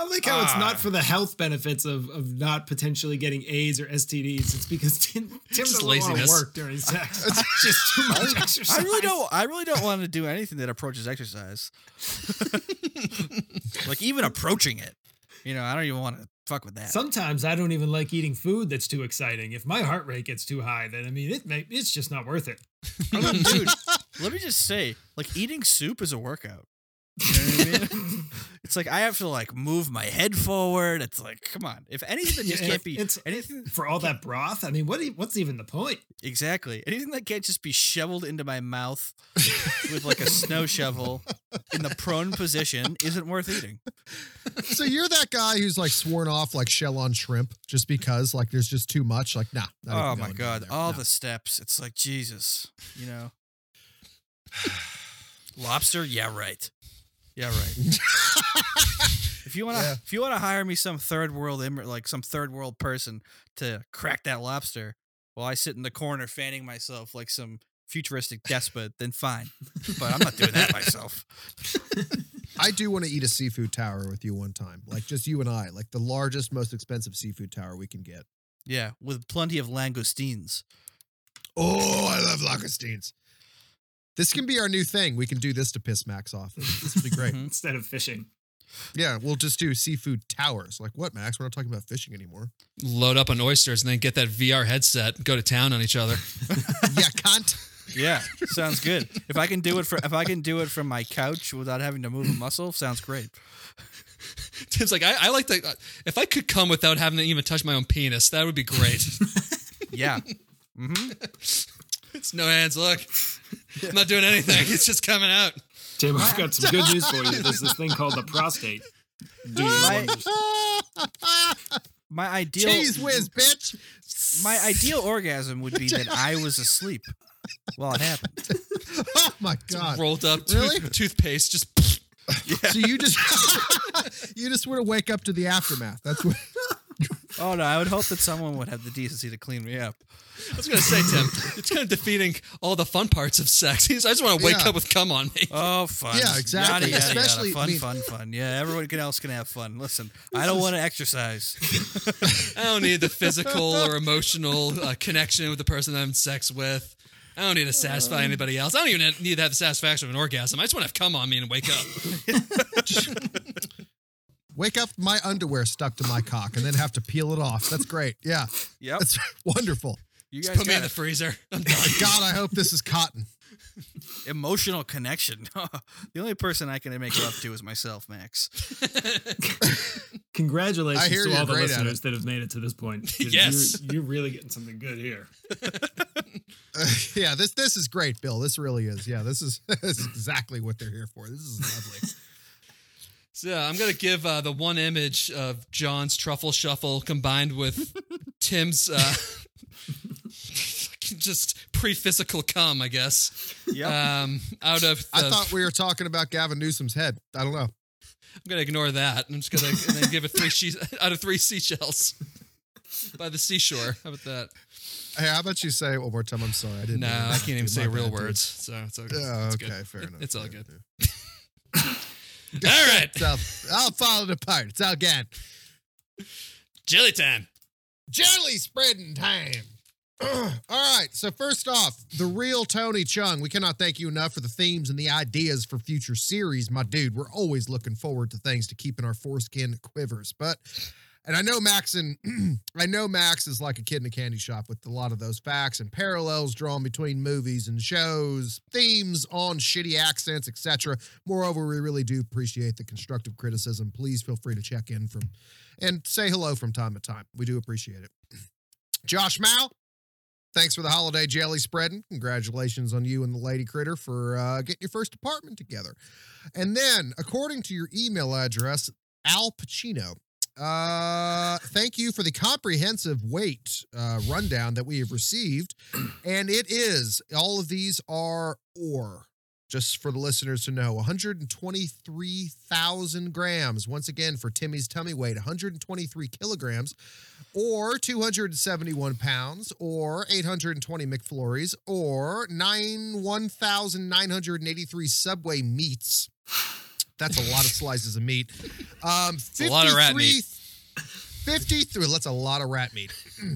I like how it's Ah. not for the health benefits of, of not potentially getting AIDS or STDs. It's because Tim, Tim's Just a lot of laziness. work during sex. It's just too much exercise. I really don't I really don't want to do anything that approaches exercise. like even approaching it. You know, I don't even want to fuck with that. Sometimes I don't even like eating food that's too exciting. If my heart rate gets too high, then I mean, it may, it's just not worth it. Hold on, dude, let me just say, like eating soup is a workout. You know what I mean? it's like I have to like move my head forward. It's like, come on. If anything that just Yeah, can't be it's- anything For all that broth, I mean, what? e- What's even the point? exactly anything that can't just be shoveled into my mouth with like a snow shovel in the prone position isn't worth eating. So you're that guy who's like sworn off like shell on shrimp just because like there's just too much. Like nah. not even Oh going my down god, there. all No. the steps. It's like Jesus, you know. Lobster, yeah, right. Yeah, right. if you want to, Yeah. if you want to hire me, some third world immig- like some third world person to crack that lobster while I sit in the corner fanning myself like some futuristic despot, then fine. But I'm not doing that myself. I do want to eat a seafood tower with you one time. Like just you and I. Like the largest, most expensive seafood tower we can get. Yeah, with plenty of langoustines. Oh, I love langoustines. This can be our new thing. We can do this to piss Max off. This would be great. Mhm. Instead of fishing, Yeah, we'll just do seafood towers. Like what, Max? We're not talking about fishing anymore. Load up on oysters and then get that VR headset and go to town on each other. yeah, cunt. Yeah, sounds good. If I can do it for, if I can do it from my couch without having to move a muscle, sounds great. Tim's like, I, I like to. If I could come without having to even touch my own penis, that would be great. Yeah. it's no hands. Look, I'm not doing anything. It's just coming out. Tim, I've got some good news for you. There's this thing called the prostate. Do you My- wonders. My ideal Cheese whiz, bitch. my ideal orgasm would be that I was asleep while it happened. Oh my god. Rolled up, tooth- Really? toothpaste. Just So you just you just want to wake up to the aftermath. That's what Oh no, I would hope that someone would have the decency to clean me up. I was gonna say, Tim, it's kind of defeating all the fun parts of sex. He's- I just want to wake Yeah. up with cum on me. Oh fun. Yeah, Yada, exactly. yada, yada. Especially- Fun, I mean- fun, fun. Yeah, everyone can- else can have fun. Listen, I don't want to exercise. I don't need the physical or emotional uh, connection with the person I'm having sex with. I don't need to Uh-huh. satisfy anybody else. I don't even need to have the satisfaction of an orgasm. I just want to have cum on me and wake up. wake up my underwear stuck to my cock and then have to peel it off. That's great. Yeah. Yep. That's wonderful. You Just guys put me in got the an freezer. I'm done. God, I hope this is cotton. emotional connection. the only person I can make love to is myself, Max. I Congratulations hear to you're all the great at listeners that have made it to this point. 'cause Yes. You're, you're really getting something good here. Uh, yeah, this this is great, Bill. This really is. Yeah, this is, this is exactly what they're here for. This is lovely. So I'm gonna give uh, the one image of John's truffle shuffle combined with Tim's uh, just pre-physical cum, I guess. Yep. Um, out of the, I thought we were talking about Gavin Newsom's head. I don't know. I'm gonna ignore that. I'm just gonna and then give it three she- out of three seashells by the seashore. How about that? Hey, how about you say it one more time? I'm sorry, I didn't. No, mean I that, can't even dude. say My real bad, dude. words, so it's okay. Oh, It's okay, good. fair It- enough. It's all Yeah, good. yeah. All right, It's all, all falling apart. It's all gone. jelly time. Jelly spreading time. All right. So first off, the real Tony Chung. We cannot thank you enough for the themes and the ideas for future series, my dude. We're always looking forward to things to keep in our foreskin quivers. But and I know Max and I know Max is like a kid in a candy shop with a lot of those facts and parallels drawn between movies and shows, themes on shitty accents, etc. Moreover, we really do appreciate the constructive criticism. Please feel free to check in from and say hello from time to time. We do appreciate it. Josh Mao, thanks for the holiday jelly spreading. Congratulations on you and the lady critter for uh, getting your first apartment together. And then, according to your email address, Al Pacino. Uh, thank you for the comprehensive weight uh, rundown that we have received, and it is all of these are or just for the listeners to know 123,000 grams. Once again, for Timmy's tummy weight, 123 kilograms, or 271 pounds, or 820 McFlurries, or 9, 1,983 Subway meats. That's a lot of slices of meat. Um, a lot of rat meat. 53, that's a lot of rat meat.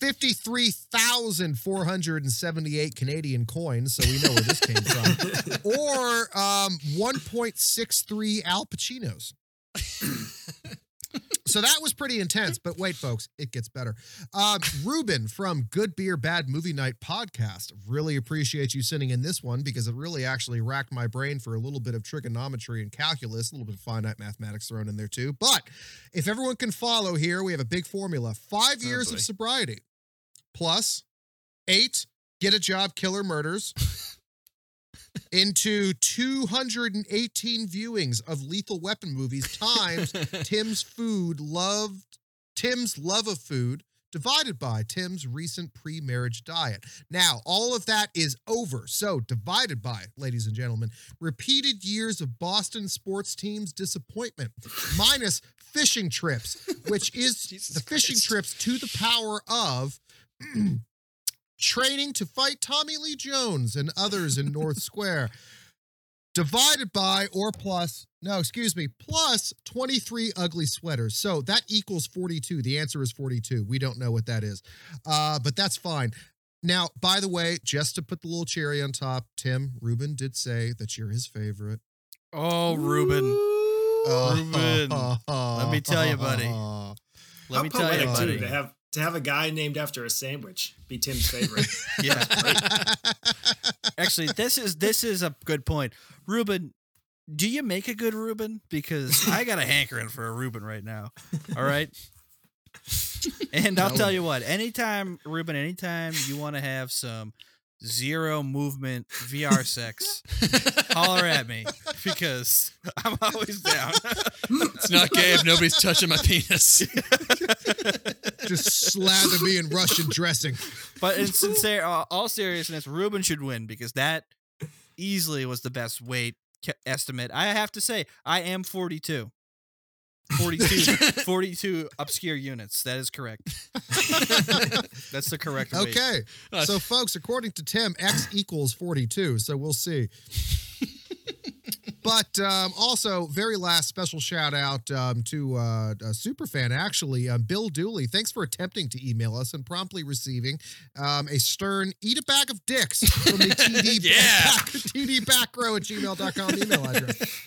53,478 Canadian coins, so we know where this came from, or um, 1.63 Al Pacinos. so that was pretty intense, but wait, folks, it gets better. Uh, Ruben from Good Beer Bad Movie Night podcast really appreciate you sending in this one because it really actually racked my brain for a little bit of trigonometry and calculus, a little bit of finite mathematics thrown in there too. But if everyone can follow here, we have a big formula: five years boy. of sobriety plus eight get a job killer murders into 218 viewings of lethal weapon movies times tim's food loved tim's love of food divided by tim's recent pre-marriage diet now all of that is over so divided by ladies and gentlemen repeated years of boston sports teams disappointment minus fishing trips which is Jesus the fishing Christ. trips to the power of training to fight Tommy Lee Jones and others in North Square. Divided by or plus, no, excuse me, plus 23 ugly sweaters. So that equals 42. The answer is 42. We don't know what that is, uh, but that's fine. Now, by the way, just to put the little cherry on top, Tim Rubin did say that you're his favorite. Oh, Ruben. Reuben, let me tell you, buddy. Let How me tell you, poetic, too, buddy. to have to have a guy named after a sandwich be Tim's favorite. Yeah. Actually, this is this is a good point. Ruben, do you make a good Ruben? Because I got a hankering for a Ruben right now. All right. And I'll tell you what, anytime, Ruben, anytime you want to have some zero movement VR sex, holler at me because I'm always down. It's not gay if nobody's touching my penis. Just slather me in Russian dressing. But in sincere, all, all seriousness, Ruben should win because that easily was the best weight ca- estimate. I have to say, I am 42. 42, 42 obscure units. That is correct. That's the correct weight. Okay. Uh, so, folks, according to Tim, X equals 42. So we'll see. but um, also, very last special shout out um, to uh, a superfan, actually, uh, Bill Dooley. Thanks for attempting to email us and promptly receiving um, a stern eat a bag of dicks from the TD, Yeah. back, TD back row at gmail.com email address.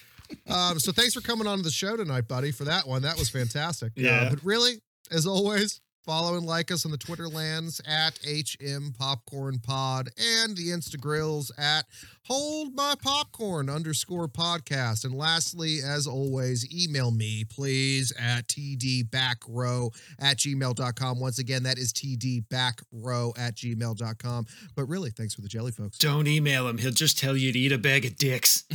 Um, so thanks for coming on to the show tonight, buddy, for that one. That was fantastic. Uh, Yeah. but really, as always, follow and like us on the Twitter lands at HM Popcorn Pod and the Instagrills at Hold My Popcorn underscore podcast. And lastly, as always, email me, please, at tdbackrow at gmail.com. Once again, that is tdbackrow at gmail.com. But really, thanks for the jelly, folks. Don't email him. He'll just tell you to eat a bag of dicks.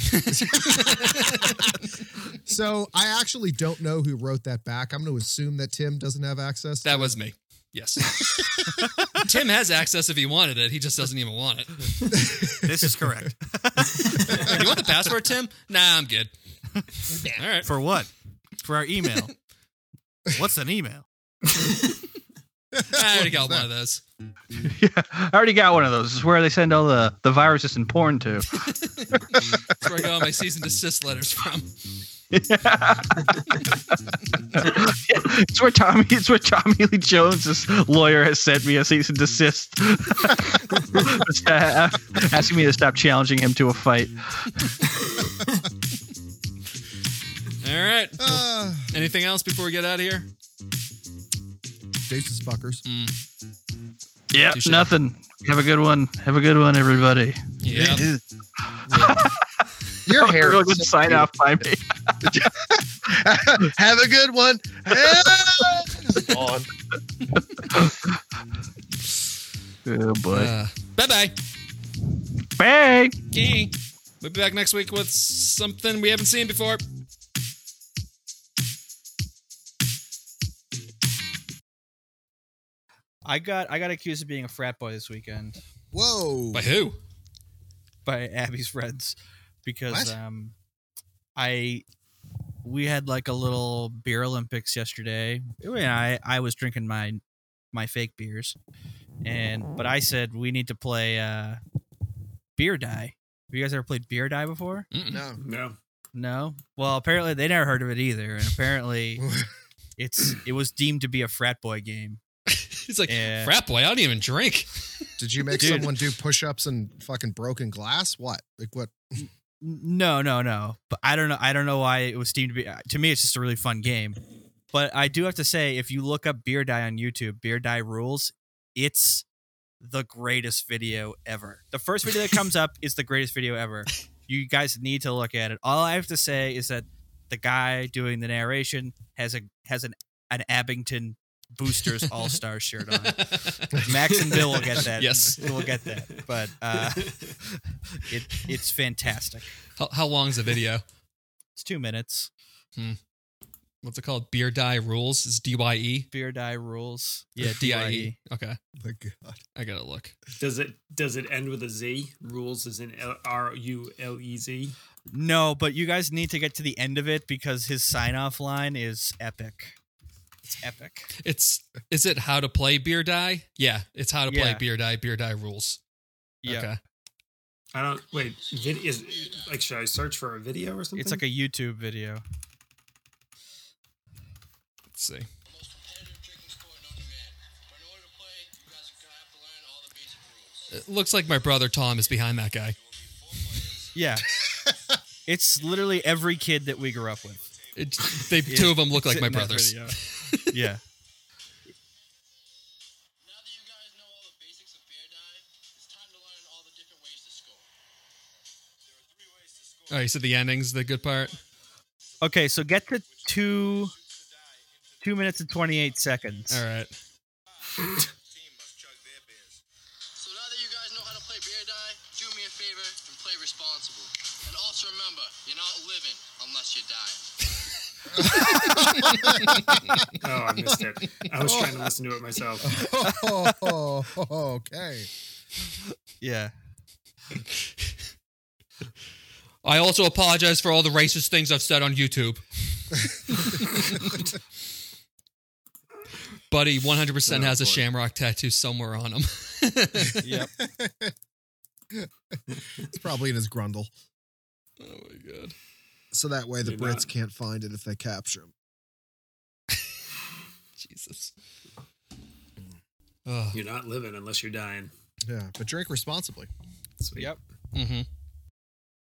So I actually don't know who wrote that back. I'm going to assume that Tim doesn't have access. That was me. Yes. Tim has access if he wanted it. He just doesn't even want it. This is correct. Like, you want the password, Tim? Nah, I'm good. All right. For what? For our email. What's an email? I already got one of those. Yeah, I already got one of those. It's where they send all the, the viruses and porn to. That's where I got all my cease and desist letters from. it's where Tommy. It's where Tommy Lee Jones's lawyer has sent me a cease and desist, asking me to stop challenging him to a fight. All right. Uh, Anything else before we get out of here? Jason's fuckers. Yeah, Touche. nothing. Have a good one. Have a good one, everybody. Yeah. That Your was a hair really is good so sign off by me. beautiful. Have a good one. on. Oh boy. Uh, bye bye. Bang. We'll be back next week with something we haven't seen before. I got I got accused of being a frat boy this weekend Whoa. By who? by Abby's friends because What? um I we had like a little beer Olympics yesterday. And I I was drinking my my fake beers, and but I said we need to play uh beer die. Have you guys ever played beer die before? Mm-mm. No. No. No. Well, apparently they never heard of it either, and apparently it's it was deemed to be a frat boy game. He's like, Yeah. frat boy, I don't even drink. Did you make Dude. someone do push-ups and fucking broken glass? What? Like what? No, no, no. But I don't know. I don't know why it was deemed to be. uh, To me, it's just a really fun game. But I do have to say, if you look up Beer Die on YouTube, Beer Die Rules, it's the greatest video ever. The first video that comes up is the greatest video ever. You guys need to look at it. All I have to say is that the guy doing the narration has a has an an Abington Boosters All Star shirt on. Max and Bill will get that. Yes. we'll get that. But uh, it it's fantastic. How, how long is the video? It's two minutes. What's it called? Beer Die Rules is D Y E. Beer die rules. Yeah, D I E. Okay. My God. I gotta look. Does it does it end with a Z? Rules is in L- R U L E Z. No, but you guys need to get to the end of it because his sign off line is epic. It's epic. It's is it how to play beer die? Yeah, it's how to play Yeah. beer die. Beer die rules. Yeah. Okay. I don't wait. Vid, is like should I search for a video or something? It's like a YouTube video. Let's see. It looks like my brother Tom is behind that guy. Yeah. it's literally every kid that we grew up with. It, they two of them look like It's my in that brothers. video. yeah. Now that you guys know all the basics of beer dive, it's time to learn all the different ways to score. There are three ways to Oh, score. you said the ending's the good part. Okay, so get to two two minutes and twenty eight seconds. All right. Team must chug their beers. So now that you guys know how to play beer die, do me a favor and play responsible. And also remember, you're not living unless you're dying. oh, I missed it. I was trying to listen to it myself. Oh, okay. Yeah. I also apologize for all the racist things I've said on YouTube. Buddy 100% Oh, has a boy. shamrock tattoo somewhere on him. Yep. It's probably in his grundle. oh my god. So that way the Maybe Brits not. can't find it if they capture him. Jesus. Ugh. You're not living unless you're dying. Yeah, but drink responsibly. Sweet. Yep. Mm-hmm.